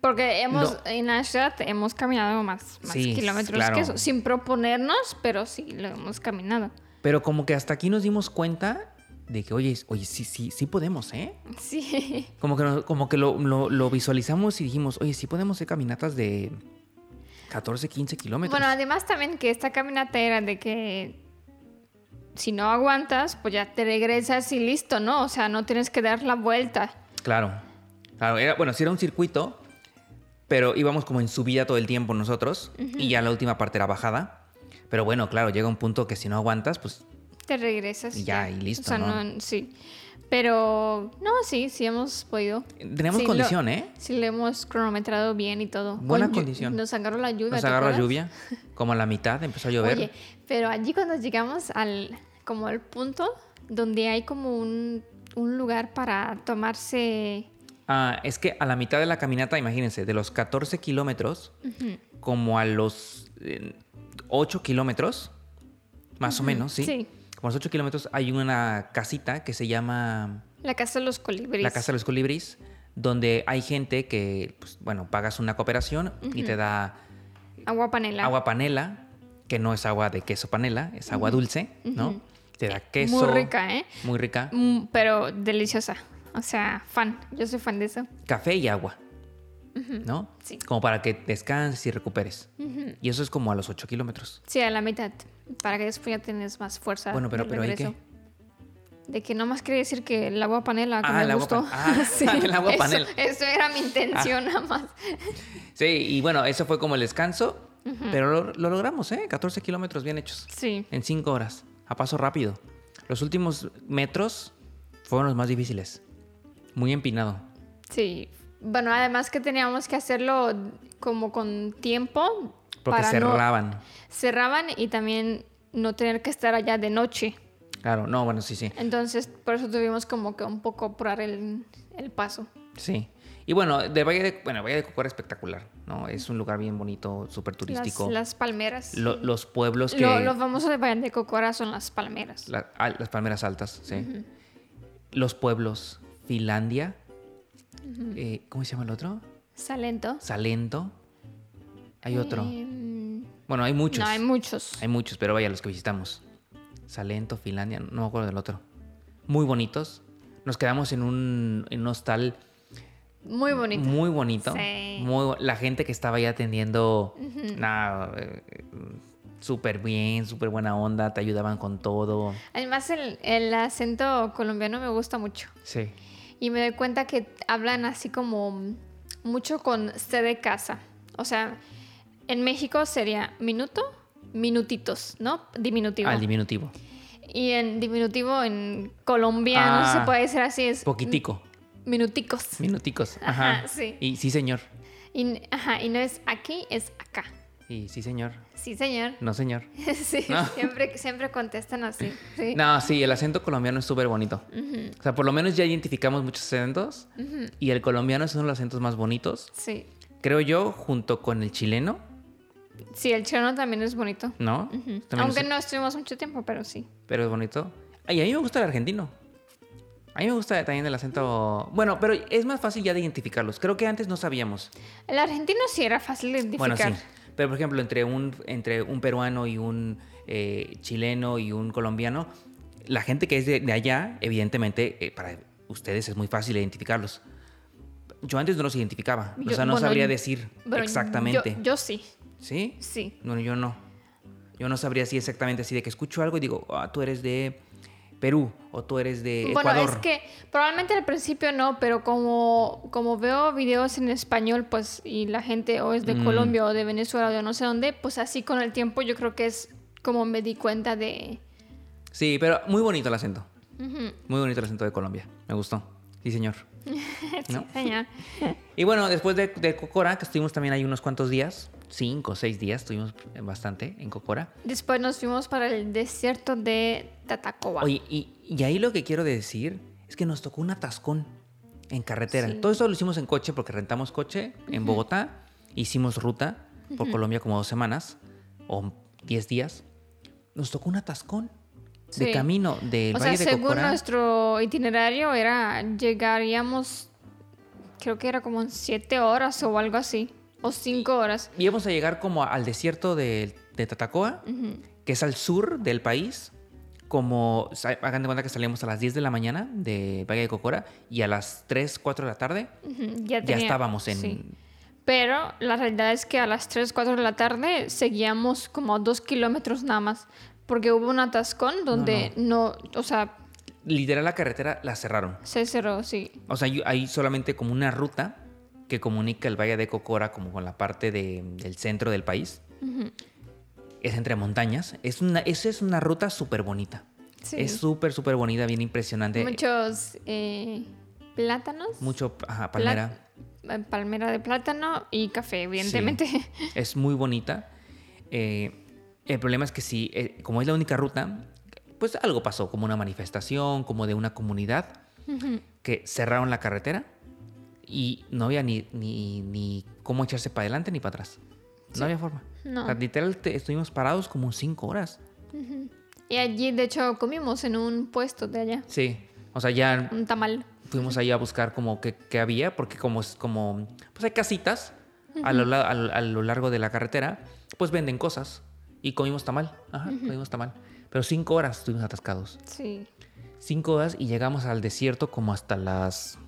A: Porque hemos,
B: No.
A: en la ciudad hemos caminado más, más
B: Sí,
A: kilómetros
B: claro.
A: que eso, sin proponernos, pero sí lo hemos caminado. (laughs)
B: Pero como que hasta aquí nos dimos cuenta de que, oye, oye, sí, sí, sí podemos, ¿eh?
A: Sí.
B: Como que, nos- como que lo, lo- lo visualizamos y dijimos, oye, sí podemos hacer caminatas de 14, 15 kilómetros.
A: Bueno, además también que esta caminata era de que si no aguantas, pues ya te regresas y listo, ¿no? O sea, no tienes que dar la vuelta.
B: Claro. Claro, era, bueno, sí era un circuito, pero íbamos como en subida todo el tiempo nosotros y ya la última parte era bajada. Pero bueno, claro, llega un punto que si no aguantas, pues
A: Te regresas.
B: Y ya, y listo,
A: O sea,
B: ¿no?
A: no, sí. Pero no, sí, sí hemos podido.
B: tenemos
A: Sí, lo-
B: condición, ¿eh?
A: Sí, le hemos cronometrado bien y todo.
B: Buena
A: llu-
B: condición.
A: Nos agarró la lluvia.
B: Nos
A: ¿te
B: agarró la
A: acuerdas?
B: lluvia, como a la mitad, empezó a llover.
A: Oye, pero allí cuando llegamos al como al punto donde hay como un, un lugar para tomarse
B: Ah, es que a la mitad de la caminata, imagínense, de los 14 kilómetros, como a los eh, 8 kilómetros, más o menos, ¿sí?
A: sí.
B: Como a los 8 kilómetros hay una casita que se llama
A: la casa de los colibríes.
B: la Casa de los Colibris, donde hay gente que, pues, bueno, pagas una cooperación y te da
A: Agua panela.
B: agua panela, que no es agua de queso panela, es agua dulce, ¿no? Te da queso.
A: Muy rica, ¿eh?
B: Muy rica.
A: Mm, pero deliciosa. O sea, fan. Yo soy fan de eso.
B: café y agua. ¿No?
A: sí.
B: Como para que descanses y recuperes. Y eso es como a los 8 kilómetros.
A: Sí, a la mitad. Para que después ya tienes más fuerza.
B: Bueno, pero,
A: de
B: pero ahí
A: Ah, regreso.
B: qué.
A: De que nomás quería decir que el agua panela que
B: Ah,
A: me
B: el agua
A: gustó.
B: pan-
A: (laughs)
B: ah, el agua
A: eso-
B: panela. Ah.
A: Eso, era mi intención, nada más.
B: Sí, y bueno, eso fue como el descanso, pero lo, lo logramos, ¿eh? 14 kilómetros bien hechos,
A: Sí.
B: en 5 horas, a paso rápido. Los últimos metros fueron los más difíciles, muy empinado.
A: Sí. Bueno, además que teníamos que hacerlo como con tiempo.
B: Porque
A: no-
B: cerraban.
A: cerraban y también no tener que estar allá de noche.
B: Claro, no, bueno, sí, sí.
A: Entonces, por eso tuvimos como que un poco apurar el, el paso.
B: Sí. Y bueno, de Valle de, bueno, Valle de Cocora es espectacular, ¿no? Es un lugar bien bonito, súper
A: Las,
B: turístico.
A: las palmeras.
B: Lo- los pueblos que...
A: Lo, lo famoso de Valle de Cocora son las palmeras.
B: la- ah, las palmeras altas, sí. Los pueblos, Finlandia, eh, ¿cómo se llama el otro?
A: Salento.
B: Salento. Hay otro.
A: Em,
B: Bueno, hay muchos.
A: No, hay muchos.
B: Hay muchos, pero vaya, los que visitamos. Salento, Finlandia, no me acuerdo del otro. Muy bonitos. Nos quedamos en un, en un hostal
A: Muy bonito.
B: muy bonito.
A: Sí.
B: Muy bo- la gente que estaba ahí atendiendo, nada, eh, eh, súper bien, súper buena onda, te ayudaban con todo.
A: Además, el, el acento colombiano me gusta mucho.
B: Sí.
A: Y me doy cuenta que hablan así como mucho con C de casa. O sea, en México sería minuto, minutitos, ¿no? Diminutivo.
B: Al diminutivo.
A: y en diminutivo en colombiano
B: Ah,
A: se puede decir así, es
B: Poquitico.
A: minuticos.
B: Minuticos. Ajá.
A: Ajá, sí.
B: Y sí, señor.
A: Y, ajá, y no es aquí, es acá.
B: Y sí, señor.
A: Sí, señor.
B: No, señor.
A: (laughs) sí,
B: Mm. No.
A: siempre, siempre contestan así. Sí.
B: No, sí, el acento colombiano es súper bonito. O sea, por lo menos ya identificamos muchos acentos y el colombiano es uno de los acentos más bonitos,
A: Sí.
B: creo yo, junto con el chileno,
A: Sí, el chileno también es bonito.
B: ¿no?
A: Ujú.
B: Mm. También
A: Aunque
B: es-
A: no estuvimos mucho tiempo, pero sí.
B: Pero es bonito. Ay, a mí me gusta el argentino. A mí me gusta también el acento... Bueno, pero es más fácil ya de identificarlos. Creo que antes no sabíamos.
A: El argentino sí era fácil de identificar.
B: Bueno, sí. Pero, por ejemplo, entre un, entre un peruano y un eh, chileno y un colombiano, la gente que es de, de allá, evidentemente, eh, para ustedes es muy fácil identificarlos. Yo antes no los identificaba.
A: Yo-
B: o sea, no
A: bueno,
B: sabría
A: yo-
B: decir
A: Pero
B: exactamente.
A: Yo, yo sí,
B: ¿Sí?
A: sí.
B: No, yo no. Yo no sabría así exactamente, así de que escucho algo y digo, ah, tú eres de Perú o tú eres de
A: Bueno,
B: Eh, Ecuador.
A: es que probablemente al principio no, pero como, como veo videos en español, pues, y la gente o es de
B: Mm.
A: Colombia o de Venezuela o de no sé dónde, pues así con el tiempo yo creo que es como me di cuenta de...
B: Sí, pero muy bonito el acento.
A: Ujú,
B: Muy bonito el acento de Colombia. Me gustó. Sí, señor.
A: sí,
B: No.
A: señor.
B: Y bueno, después de, de Cocora, que estuvimos también ahí unos cuantos días, cinco o seis días, estuvimos bastante en Cocora.
A: Después nos fuimos para el desierto de Tatacoa.
B: Oye, y, y ahí lo que quiero decir es que nos tocó un atascón en carretera.
A: Sí.
B: Todo eso lo hicimos en coche porque rentamos coche en Bogotá, hicimos ruta por Colombia como dos semanas o diez días. Nos tocó un atascón de
A: Sí.
B: camino del
A: o sea,
B: Valle de
A: según
B: Cocora.
A: nuestro itinerario era, llegaríamos, creo que era como en siete horas o algo así, o cinco horas.
B: íbamos a llegar como al desierto de, de Tatacoa, que es al sur del país. Como, sa- hagan de cuenta que salíamos a las 10 de la mañana de Valle de Cocora y a las 3, 4 de la tarde
A: Ujú, Ya,
B: ya
A: tenía-
B: estábamos en...
A: sí. Pero la realidad es que a las 3, 4 de la tarde seguíamos como a dos kilómetros nada más, porque hubo un atascón donde no, o sea,
B: Literal la carretera la cerraron.
A: se cerró, sí.
B: O sea, hay- hay solamente como una ruta que comunica el Valle de Cocora como con la parte de- del centro del país. Es entre montañas. Es una, esa es una ruta súper bonita.
A: Sí.
B: Es súper, súper bonita, bien impresionante.
A: Muchos eh, plátanos.
B: Mucho, ajá,
A: pla-
B: palmera.
A: eh, palmera de plátano y café, evidentemente.
B: Es muy bonita. Eh, el problema es que si, eh, como es la única ruta, pues algo pasó, como una manifestación, como de una comunidad, que cerraron la carretera y no había ni, ni, ni cómo echarse para adelante ni para atrás. No había forma.
A: (laughs) No.
B: O sea, literal te- estuvimos parados como cinco horas.
A: Y allí, de hecho, comimos en un puesto de allá,
B: Sí. O sea, ya
A: un tamal.
B: fuimos ahí a buscar como qué, qué había, porque como es como, pues hay casitas a, lo, la- a lo- a lo largo de la carretera, pues venden cosas y comimos tamal, ajá, comimos tamal. Pero cinco horas estuvimos atascados,
A: Sí.
B: cinco horas y llegamos al desierto como hasta las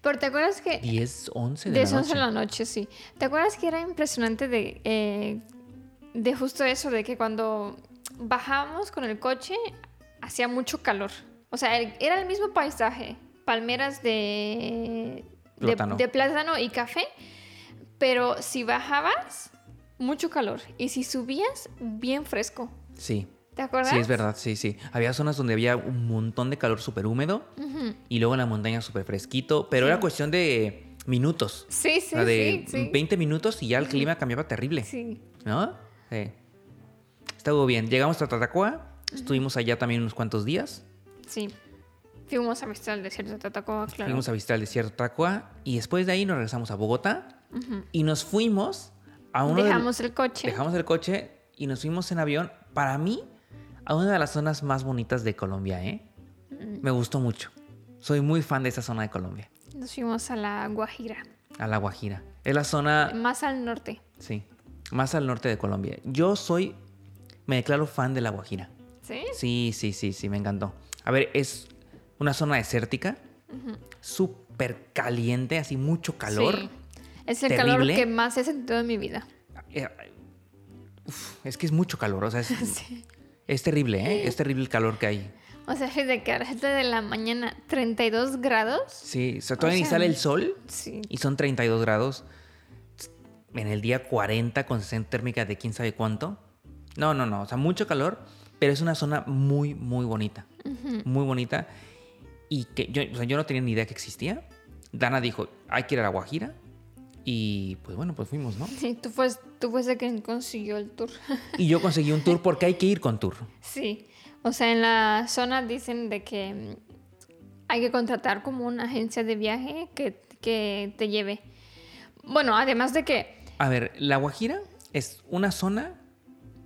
A: Pero ¿te acuerdas que
B: 10, 11 de,
A: De
B: la
A: las 11
B: noche.
A: de la noche, sí. ¿Te acuerdas que era impresionante de, eh, de justo eso, de que cuando bajábamos con el coche, hacía mucho calor. O sea, el- era el mismo paisaje, palmeras de, de-
B: Plátano.
A: de plátano y café, pero si bajabas, mucho calor. Y si subías, bien fresco.
B: Sí.
A: ¿Te acuerdas?
B: Sí, es verdad, sí, sí. Había zonas donde había un montón de calor súper húmedo
A: Ujú.
B: y luego en la montaña súper fresquito, pero
A: Sí.
B: era cuestión de minutos.
A: Sí, sí,
B: o sea, de
A: sí, sí.
B: 20 minutos y ya el clima cambiaba terrible.
A: Sí.
B: ¿No? Sí. Estuvo bien. Llegamos a Tatacoa, estuvimos allá también unos cuantos días.
A: Sí. Fuimos a visitar el desierto de Tatacoa, claro.
B: Fuimos a visitar el desierto de Tatacoa y después de ahí nos regresamos a Bogotá
A: Ujú.
B: y nos fuimos a uno de-
A: Dejamos el coche.
B: dejamos el coche y nos fuimos en avión, para mí, a una de las zonas más bonitas de Colombia, ¿eh?
A: Mm.
B: Me gustó mucho. Soy muy fan de esa zona de Colombia,
A: Nos fuimos a la Guajira,
B: a La Guajira. Es la zona,
A: más al norte.
B: sí, más al norte de Colombia. Yo soy, me declaro fan de La Guajira.
A: ¿Sí?
B: Sí, sí, sí, sí, me encantó. A ver, es una zona desértica, súper caliente, así mucho calor.
A: Sí. Es el calor
B: terrible.
A: que más he sentido en mi vida. (laughs)
B: Eh, uf, es que es mucho calor, o sea, es,
A: (laughs) Sí.
B: es terrible, ¿eh? Es terrible el calor que hay.
A: O sea, fíjate que a las 7 de la mañana, 32 grados.
B: Sí, o sea, todavía ni
A: sea,
B: sale el sol
A: Sí.
B: y son 32 grados. En el día 40 con sensación térmica de quién sabe cuánto. No, no, no, o sea, mucho calor, pero es una zona muy, muy bonita. Muy bonita. Y que yo, o sea, yo no tenía ni idea que existía. Dana dijo, hay que ir a La Guajira. Y pues bueno, pues fuimos, ¿no?
A: Sí, tú fuiste, tú fuiste quien consiguió el tour. (laughs)
B: Y yo conseguí un tour porque hay que ir con tour.
A: sí. O sea, en la zona dicen de que mm, hay que contratar como una agencia de viaje que, que te lleve. Bueno, además de que
B: A ver, La Guajira es una zona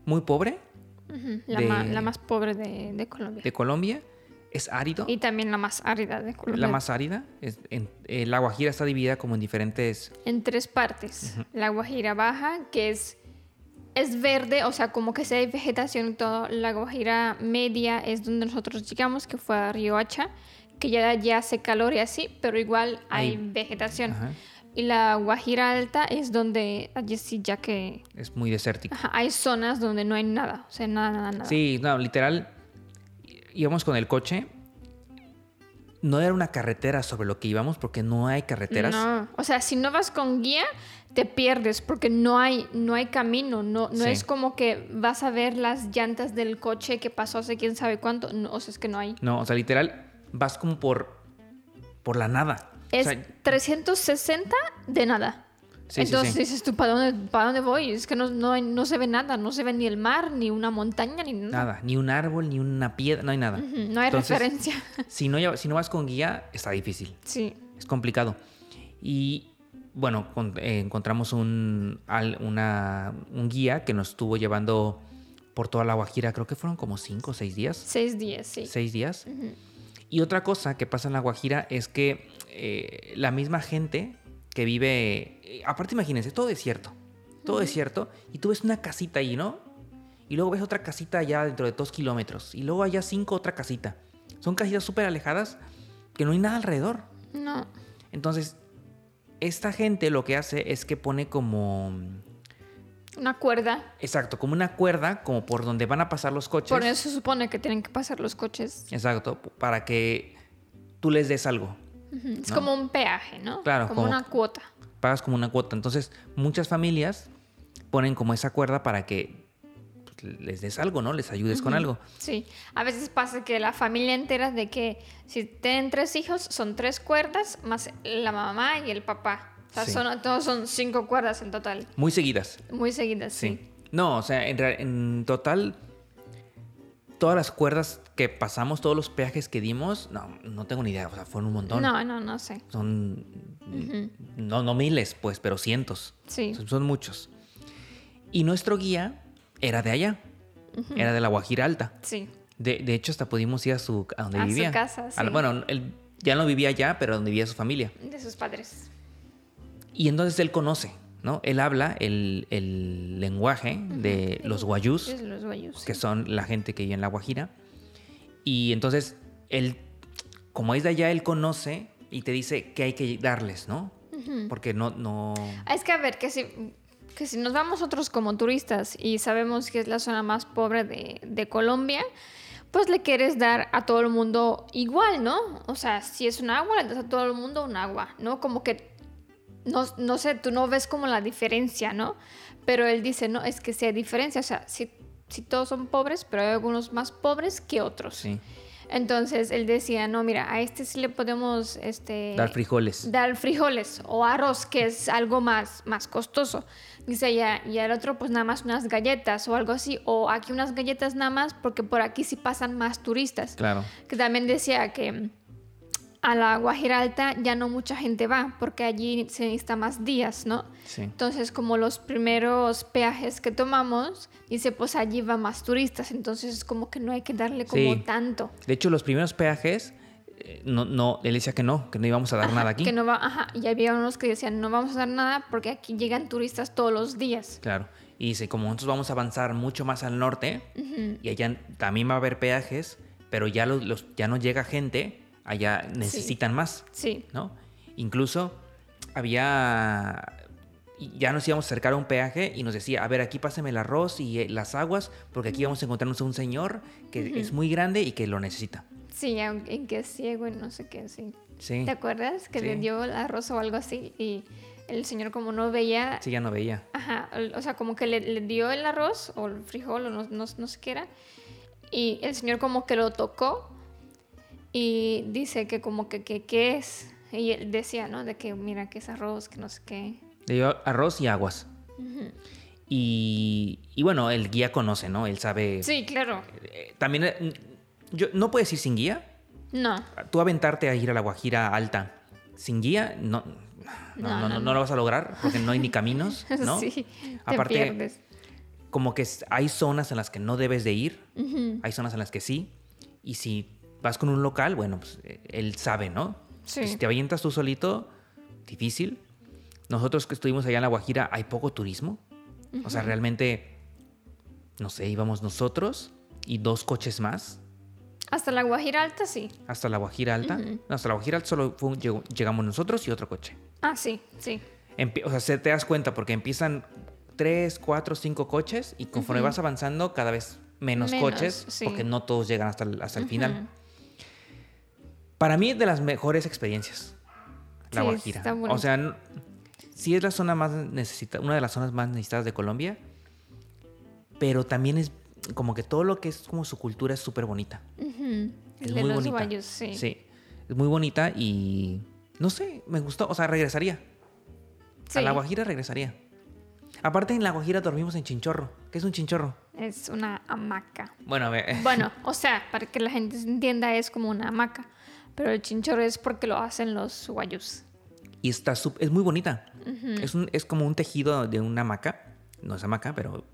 B: muy pobre
A: ujú, la,
B: De-
A: ma- la más pobre de, de Colombia.
B: de Colombia. Es árido.
A: Y también la más árida de Colombia.
B: la más árida. es- en- eh, la Guajira está dividida como en diferentes...
A: en tres partes. La Guajira Baja, que es, es verde, o sea, como que se hay vegetación y todo. La Guajira Media es donde nosotros llegamos, que fue a Riohacha, que ya, ya hace calor y así, pero igual hay
B: Ahí.
A: vegetación.
B: Ajá,
A: Y la Guajira Alta es donde, allí sí, ya que
B: es muy desértico.
A: ajá, hay zonas donde no hay nada, o sea, nada, nada, nada.
B: Sí, no, literal, í- íbamos con el coche. No era una carretera sobre lo que íbamos porque no hay carreteras.
A: No, o sea, si no vas con guía, te pierdes porque no hay, no hay camino, no, no
B: Sí.
A: es como que vas a ver las llantas del coche que pasó hace quién sabe cuánto, no, o sea, es que no hay.
B: No, o sea, literal, vas como por, por la nada. O
A: Es
B: sea,
A: 360 de nada.
B: Sí, sí,
A: Entonces
B: sí.
A: dices tú, ¿para dónde, ¿para dónde voy? Es que no, no, hay- no se ve nada, no se ve ni el mar, ni una montaña, ni nada.
B: nada, ni un árbol, ni una piedra, no hay nada.
A: Ujú, No hay
B: Entonces,
A: referencia. (laughs)
B: Si no, lleva- si no vas con guía, está difícil.
A: Sí.
B: Es complicado. Y bueno, con- eh, encontramos un, al- una- un guía que nos estuvo llevando por toda la Guajira, creo que fueron como cinco o seis días.
A: Seis días, sí.
B: Seis días. Y otra cosa que pasa en la Guajira es que eh, la misma gente que vive, eh, aparte imagínense, todo desierto, todo desierto, y tú ves una casita ahí, ¿no? Y luego ves otra casita allá dentro de dos kilómetros, y luego allá cinco otra casita. Son casitas súper alejadas que no hay nada alrededor.
A: No.
B: Entonces, esta gente lo que hace es que pone como...
A: Una cuerda.
B: Exacto, como una cuerda, como por donde van a pasar los coches.
A: Por eso se supone que tienen que pasar los coches.
B: Exacto, para que tú les des algo.
A: Ujú, Es
B: ¿No?
A: como un peaje, ¿no?
B: Claro,
A: como
B: como-
A: una cuota.
B: Pagas como una cuota. Entonces, muchas familias ponen como esa cuerda para que pues, les des algo, ¿no? Les ayudes con algo.
A: Sí, a veces pasa que la familia entera de que si tienen tres hijos son tres cuerdas más la mamá y el papá. O sea,
B: Sí.
A: son, todos son cinco cuerdas en total,
B: Muy seguidas.
A: muy seguidas.
B: Sí.
A: Sí.
B: No, o sea, en, real- en total, todas las cuerdas que pasamos, todos los peajes que dimos, no, no tengo ni idea, o sea, fueron un montón.
A: No, no, no sé.
B: son no, no miles, pues, pero cientos.
A: Sí.
B: Son, son muchos. Y nuestro guía era de allá, era de la Guajira Alta.
A: Sí.
B: De, de hecho, hasta pudimos ir a su a donde
A: A su
B: vivía.
A: casa,
B: A la-
A: sí.
B: bueno, él ya no vivía allá, pero donde vivía su familia.
A: De sus padres.
B: Y entonces él conoce, ¿no? Él habla el, el lenguaje de los guayús,
A: Es los guayús.
B: que
A: sí.
B: son la gente que vive en la Guajira. Y entonces él, como es de allá, él conoce y te dice que hay que darles, ¿no? Porque no, no.
A: Ah, Es que a ver, que si, que si nos vamos nosotros como turistas y sabemos que es la zona más pobre de, de Colombia, pues le quieres dar a todo el mundo igual, ¿no? O sea, si es un agua, le das a todo el mundo un agua, ¿no? Como que, no, no sé, tú no ves como la diferencia, ¿no? Pero él dice, no, es que sea diferencia, o sea, si, si todos son pobres, pero hay algunos más pobres que otros.
B: Sí.
A: Entonces él decía, no, mira, a este sí le podemos este,
B: Dar frijoles.
A: dar frijoles o arroz, que es algo más, más costoso. Dice, ya, y al otro pues nada más unas galletas o algo así, o aquí unas galletas nada más porque por aquí sí pasan más turistas.
B: Claro.
A: Que también decía que mm, a la Guajira Alta ya no mucha gente va porque allí se necesita más días, ¿no?
B: Sí.
A: Entonces, como los primeros peajes que tomamos, dice, pues allí va más turistas, entonces es como que no hay que darle como
B: Sí.
A: tanto.
B: De hecho, los primeros peajes, eh, no, no, él decía que no, que no íbamos a dar nada aquí.
A: Que no va, ajá, y había unos que decían, no vamos a dar nada porque aquí llegan turistas todos los días.
B: Claro. Y dice, como nosotros vamos a avanzar mucho más al norte, y allá también va a haber peajes, pero ya, los, los- ya no llega gente, allá necesitan más,
A: Sí,
B: ¿no? Incluso había... y Ya nos íbamos a acercar a un peaje y nos decía, a ver, aquí pásame el arroz y eh, las aguas, porque aquí vamos a encontrarnos a un señor que es muy grande y que lo necesita.
A: sí, aunque- en que es ciego y no sé qué, sí.
B: Sí.
A: ¿Te acuerdas? Que le
B: Sí.
A: dio el arroz o algo así y el señor como no veía,
B: Sí, ya no veía.
A: ajá, el- o sea, como que le, le dio el arroz o el frijol o no, no- no sé qué era. Y el señor como que lo tocó y dice que como que, que ¿qué es? Y él decía, ¿no? De que mira, que es arroz, que no sé qué.
B: Le dio arroz y aguas. y, y bueno, el guía conoce, ¿no? Él sabe.
A: Sí, claro.
B: Eh, también. eh, Yo, no puedes ir sin guía.
A: No. (laughs)
B: Tú aventarte a ir a la Guajira alta sin guía, no. No, no, no, no lo vas a lograr porque no hay ni (laughs) caminos, ¿no?
A: Sí, te
B: Aparte,
A: pierdes.
B: como que s- hay zonas en las que no debes de ir,
A: Ujú,
B: hay zonas en las que sí, y si vas con un local, bueno, pues eh, él sabe, ¿no?
A: Sí.
B: Si te avientas tú solito, difícil. Nosotros que estuvimos allá en La Guajira, hay poco turismo. O sea, realmente, no sé, íbamos nosotros y dos coches más
A: Hasta la Guajira Alta sí.
B: hasta La Guajira Alta. No, hasta La Guajira Alta solo fue un- llegó- llegamos nosotros y otro coche.
A: Ah, sí, sí.
B: Empie- o sea, se- te das cuenta porque empiezan tres, cuatro, cinco coches y conforme vas avanzando cada vez menos,
A: Menos,
B: coches
A: sí.
B: porque no todos llegan hasta el, hasta el final. Para mí es de las mejores experiencias la
A: Sí,
B: Guajira.
A: está bonito.
B: o sea, n- sí es la zona más necesita, una de las zonas más necesitadas de Colombia, pero también es como que todo lo que es como su cultura es súper bonita.
A: Ujú.
B: Es
A: El de
B: muy
A: los
B: bonita.
A: guayos, sí. sí.
B: Sí, es muy bonita y no sé, me gustó, o sea, regresaría. A La Guajira regresaría. Aparte, en La Guajira dormimos en Chinchorro. ¿Qué es un chinchorro?
A: Es una hamaca.
B: Bueno, a ver.
A: Bueno, o sea, para que la gente se entienda, es como una hamaca. Pero el chinchorro es porque lo hacen los guayos.
B: Y está sup- es muy bonita. es, un- es como un tejido de una hamaca. No es hamaca, pero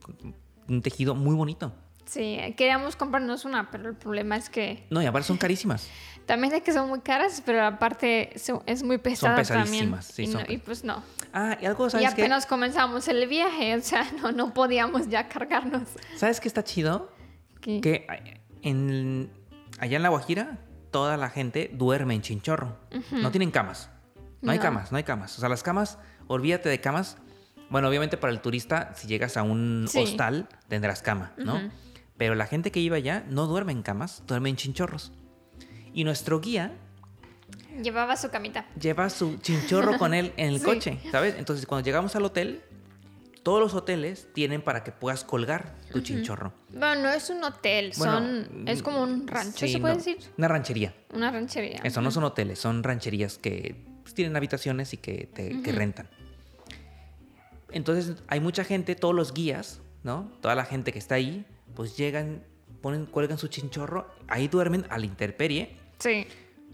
B: un tejido muy bonito.
A: Sí, queríamos comprarnos una, pero el problema es que
B: No, y aparte
A: (laughs)
B: son carísimas.
A: también es que son muy caras, pero aparte son- es muy pesada también.
B: pesadísimas, sí,
A: y,
B: son
A: no- y pues no.
B: Ah, y algo,
A: Y
B: ¿sabes qué?
A: apenas comenzamos el viaje, o sea, (laughs) no, no podíamos ya cargarnos.
B: ¿Sabes qué está chido?
A: ¿Qué?
B: Que en, allá en La Guajira, toda la gente duerme en Chinchorro. No tienen camas. No, hay
A: No.
B: camas, no hay camas. O sea, las camas, olvídate de camas. Bueno, obviamente para el turista, si llegas a un
A: Sí.
B: hostal, tendrás cama, ¿no? Pero la gente que iba allá no duerme en camas, duerme en chinchorros. Y nuestro guía
A: Llevaba su camita.
B: lleva su chinchorro con él en
A: (laughs)
B: el
A: Sí.
B: coche, ¿sabes? Entonces, cuando llegamos al hotel, todos los hoteles tienen para que puedas colgar tu chinchorro.
A: Bueno, no es un hotel,
B: Bueno, mm,
A: son, es como un rancho,
B: sí,
A: ¿se puede
B: no,
A: decir?
B: Una ranchería.
A: Una ranchería.
B: Eso no son hoteles, son rancherías que pues, tienen habitaciones y que, te, que rentan. Entonces hay mucha gente, todos los guías, ¿no? Toda la gente que está ahí, pues llegan, ponen, cuelgan su chinchorro, ahí duermen a la intemperie,
A: Sí,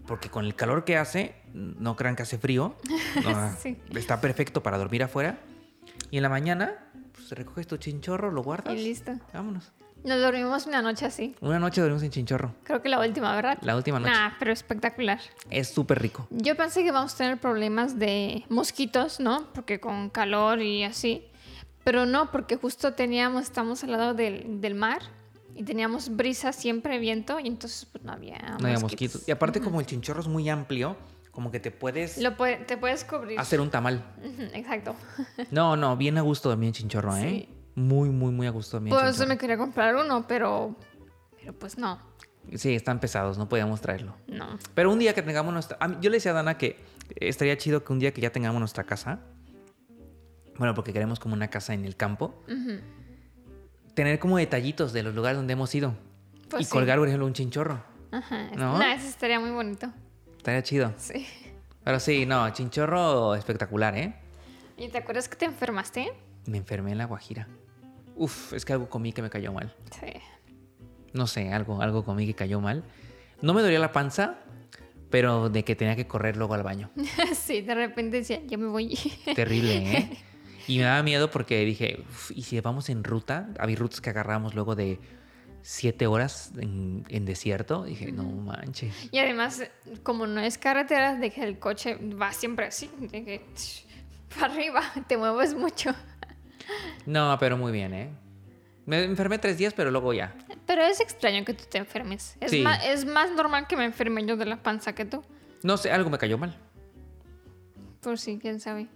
B: porque con el calor que hace, no crean que
A: (laughs)
B: hace frío, no,
A: Sí.
B: está perfecto para dormir afuera. Y en la mañana, pues recoges tu chinchorro, lo guardas.
A: y listo.
B: Vámonos.
A: Nos dormimos una noche así.
B: Una noche dormimos en chinchorro.
A: Creo que la última, ¿verdad?
B: La última noche.
A: Nah, pero espectacular.
B: Es súper rico.
A: Yo pensé que vamos a tener problemas de mosquitos, ¿no? Porque con calor y así. Pero no, porque justo teníamos, estamos al lado del, del mar y teníamos brisa siempre, viento, y entonces pues, no había
B: No había mosquitos. Y aparte, como el chinchorro es muy amplio, como que te puedes
A: Lo puede- te puedes cubrir.
B: hacer
A: (laughs)
B: un tamal.
A: Ujú, Exacto.
B: No, no, bien a gusto dormir en chinchorro, ¿eh? Muy, muy, muy a gusto dormir en
A: Por eso
B: chinchorro.
A: me quería comprar uno, pero, pero pues no.
B: Sí, están pesados, no podíamos traerlo.
A: No.
B: Pero un día que tengamos nuestra... a mí- Yo le decía a Dana que estaría chido que un día que ya tengamos nuestra casa, bueno, porque queremos como una casa en el campo,
A: Ujú.
B: tener como detallitos de los lugares donde hemos ido.
A: Pues
B: y
A: sí.
B: colgar, por ejemplo, un chinchorro.
A: Ajá.
B: ¿No?
A: ¿No? eso estaría muy bonito.
B: Estaría chido.
A: Sí. (laughs)
B: Pero sí, no, chinchorro espectacular, ¿eh?
A: ¿Y te acuerdas que te enfermaste?
B: Me enfermé en la Guajira. Uf, es que algo comí que me cayó mal.
A: Sí. (laughs)
B: No sé, algo, algo comí que cayó mal. No me dolía la panza, pero de que tenía que correr luego al
A: (laughs)
B: baño.
A: sí, de repente decía, ya me voy. (laughs)
B: Terrible, ¿eh? Y me daba miedo porque dije, "Uf, ¿y si vamos en ruta? Había rutas que agarrábamos luego de siete horas en, en desierto. Dije, no manches.
A: y además, como no es carretera, de que el coche va siempre así, de que (laughs) tsh, para arriba, te mueves mucho.
B: No, pero muy bien, ¿eh? Me enfermé tres días, pero luego ya.
A: Pero es extraño que tú te enfermes. Es,
B: Sí.
A: ma- es más normal que me enferme yo de la panza que tú.
B: No sé, algo me cayó mal.
A: Por si, quién sabe.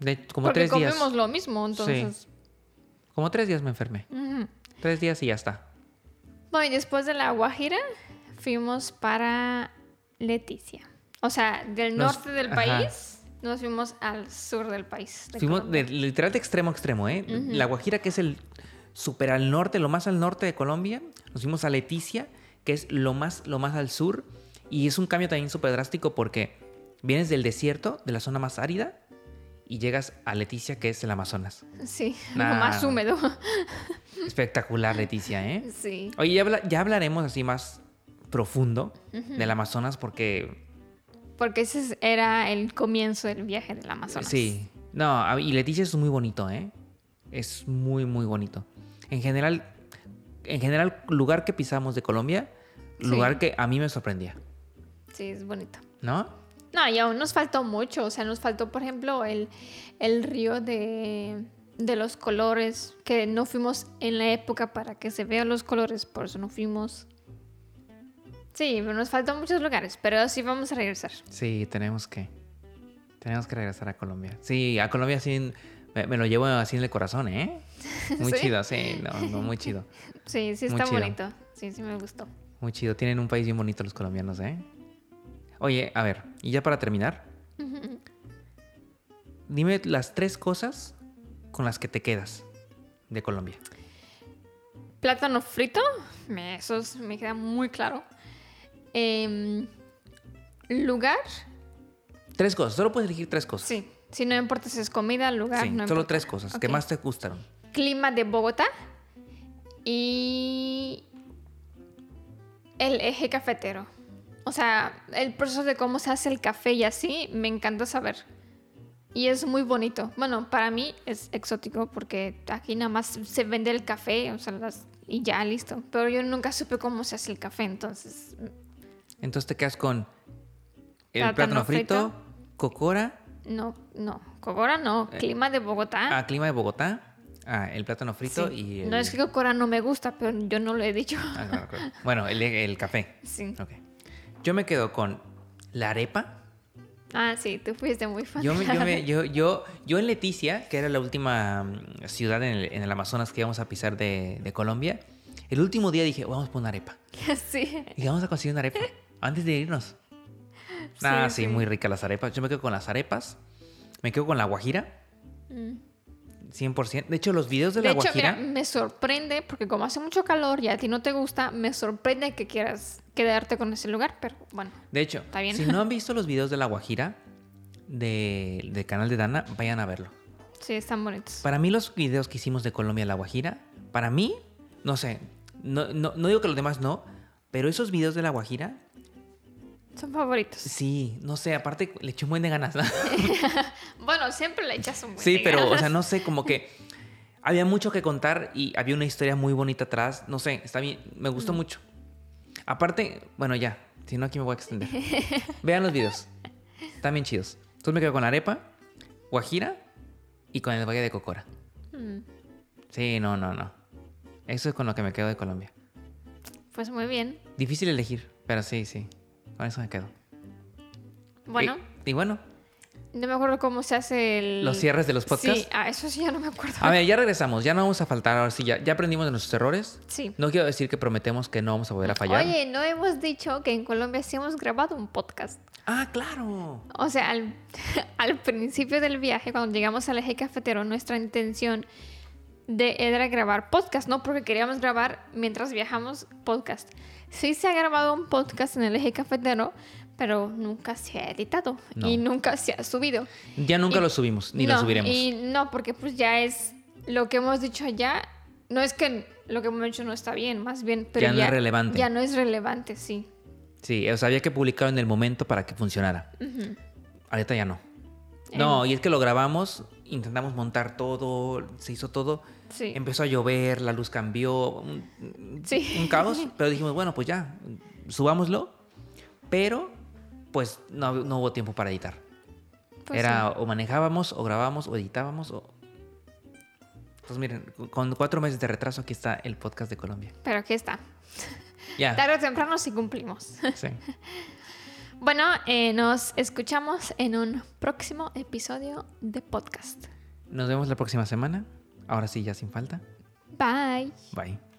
B: De- como
A: Porque
B: tres días.
A: comemos lo mismo, entonces.
B: Como tres días me enfermé.
A: Ujú.
B: Tres días y ya está.
A: No, y después de la Guajira fuimos para Leticia. O sea, del
B: Nos-
A: norte del
B: ajá.
A: país nos fuimos al sur del país. de
B: Fuimos
A: Colombia.
B: de, literal de extremo a extremo, ¿eh? La Guajira, que es el super al norte, lo más al norte de Colombia. Nos fuimos a Leticia, que es lo más, lo más al sur. Y es un cambio también súper drástico porque vienes del desierto, de la zona más árida, y llegas a Leticia, que es
A: (laughs)
B: el Amazonas.
A: Sí,
B: Nah.
A: lo más húmedo. (laughs)
B: Espectacular, Leticia, ¿eh?
A: Sí.
B: Oye, ya, habla- ya hablaremos así más profundo del Amazonas porque...
A: Porque ese es- era el comienzo del viaje del Amazonas.
B: Sí. No, a- y Leticia es muy bonito, ¿eh? Es muy, muy bonito. En general, en general, lugar que pisamos de Colombia, lugar
A: Sí.
B: que a mí me sorprendía,
A: Sí, es bonito.
B: ¿no?
A: No, y aún nos faltó mucho. O sea, nos faltó, por ejemplo, el, el río de, de los colores, que no fuimos en la época para que se vean los colores, por eso no fuimos. Sí, nos faltan muchos lugares, pero sí vamos a regresar.
B: Sí, tenemos que. Tenemos que regresar a Colombia. Sí, a Colombia sí me, me lo llevo así en el corazón, ¿eh?
A: (laughs)
B: Muy
A: ¿Sí?
B: chido, sí, no, no, muy chido.
A: Sí, sí
B: Muy
A: está
B: chido.
A: bonito. Sí, sí me gustó.
B: Muy chido. Tienen un país bien bonito los colombianos, ¿eh? Oye, a ver, y ya para terminar, dime las tres cosas con las que te quedas de Colombia.
A: Plátano frito, me, eso es- me queda muy claro. Em, lugar,
B: Tres cosas, solo puedes elegir tres cosas.
A: sí. Si no importa si es comida, lugar,
B: Sí,
A: no
B: solo
A: importa.
B: tres cosas que
A: Ok.
B: más te gustaron.
A: clima de Bogotá y el eje cafetero. O sea, el proceso de cómo se hace el café y así, me encanta saber. Y es muy bonito. Bueno, para mí es exótico porque aquí nada más se vende el café o sea, las- y ya listo. Pero yo nunca supe cómo se hace el café, entonces...
B: Entonces te quedas con el
A: Plátano
B: plátano frito,
A: frito.
B: cocora,
A: No, no. Cogora no.
B: Eh,
A: Clima de Bogotá.
B: a clima de Bogotá, ah, el plátano frito
A: Ah. sí.
B: y... El...
A: No es que Cogora no me gusta, pero yo no lo he dicho. (laughs)
B: Ah, claro, claro. Bueno, el, el café.
A: Sí.
B: Ok. Yo me quedo con la arepa.
A: Ah, sí, tú fuiste muy fan.
B: Yo, me-
A: de
B: yo,
A: la
B: me- yo, yo, yo en Leticia, que era la última mm, ciudad en el, en el Amazonas que íbamos a pisar de, de Colombia, el último día dije, vamos por una arepa.
A: (laughs) Sí.
B: Y vamos a conseguir una arepa
A: (laughs)
B: antes de irnos. Ah, sí,
A: sí.
B: muy ricas las arepas. Yo me quedo con las arepas. Me quedo con la guajira. 100%. De hecho, los videos de,
A: Mm. De
B: la
A: hecho,
B: guajira.
A: mira, mm, me sorprende, porque como hace mucho calor y a ti no te gusta, me sorprende que quieras quedarte con ese lugar, pero bueno.
B: de hecho,
A: Está bien.
B: si
A: (laughs)
B: no han visto los videos de la guajira de- del canal de Dana, vayan a verlo.
A: Sí, están bonitos.
B: Para mí, los videos que hicimos de Colombia a la guajira, para mí, no sé. No, no- no digo que los demás no, pero esos videos de la guajira,
A: Son favoritos.
B: sí, no sé. Aparte, le eché un buen de ganas. ¿no?
A: Bueno, siempre le echas un buen
B: Sí,
A: de
B: pero, o
A: ganas.
B: sea, no sé, como que había mucho que contar y había una historia muy bonita atrás. No sé, está bien, me
A: Mm.
B: gustó mucho. Aparte, bueno, ya, si no, aquí me voy
A: (laughs)
B: a extender. Vean los videos, están bien chidos. Entonces me quedo con la arepa, guajira y con el valle de Cocora.
A: Mm.
B: Sí, no, no, no. Eso es con lo que me quedo de Colombia.
A: Pues muy bien.
B: Difícil elegir, pero sí, sí. Con eso me quedo.
A: Bueno,
B: Y, y bueno,
A: No me acuerdo cómo se hace el...
B: Eh, ¿Los cierres de los podcasts?
A: Mm. Sí, ah, eso sí, ya no me acuerdo.
B: A ver, ya regresamos, ya no vamos a faltar, ahora sí, ya, ya aprendimos de nuestros errores.
A: Sí.
B: No quiero decir que prometemos que no vamos a volver a fallar.
A: Oye, no hemos dicho que en Colombia sí hemos grabado un podcast.
B: Ah, claro.
A: O sea, al, (laughs) al principio del viaje, cuando llegamos al eje cafetero, nuestra intención de era grabar podcast, ¿no? Porque queríamos grabar mientras viajamos podcast. Sí se ha grabado un podcast en el eje cafetero, pero nunca se ha editado
B: No.
A: y nunca se ha subido.
B: Ya nunca
A: Y-
B: lo subimos, ni
A: no,
B: lo subiremos.
A: Y no, porque pues ya es lo que hemos dicho allá. No es que lo que hemos hecho no está bien, más bien, pero
B: Ya no es relevante.
A: Ya no es relevante, sí.
B: Sí, o sea, había que publicarlo en el momento para que funcionara. Ahorita ya no. No, y es que lo grabamos, intentamos montar todo, se hizo todo.
A: Sí.
B: Empezó a llover, la luz cambió, un,
A: Sí.
B: un
A: (laughs)
B: caos, pero dijimos, bueno, pues ya, subámoslo, pero pues no, no hubo tiempo para editar.
A: Pues
B: Era o manejábamos, o grabábamos, o editábamos, o... Pues miren, con cuatro meses de retraso aquí está el podcast de Colombia.
A: sí. Pero aquí está.
B: Ya. Ah.
A: Tarde o temprano sí cumplimos.
B: Sí.
A: bueno, eh, nos escuchamos en un próximo episodio de podcast.
B: Nos vemos la próxima semana. Ahora sí, ya sin falta.
A: Bye.
B: Bye.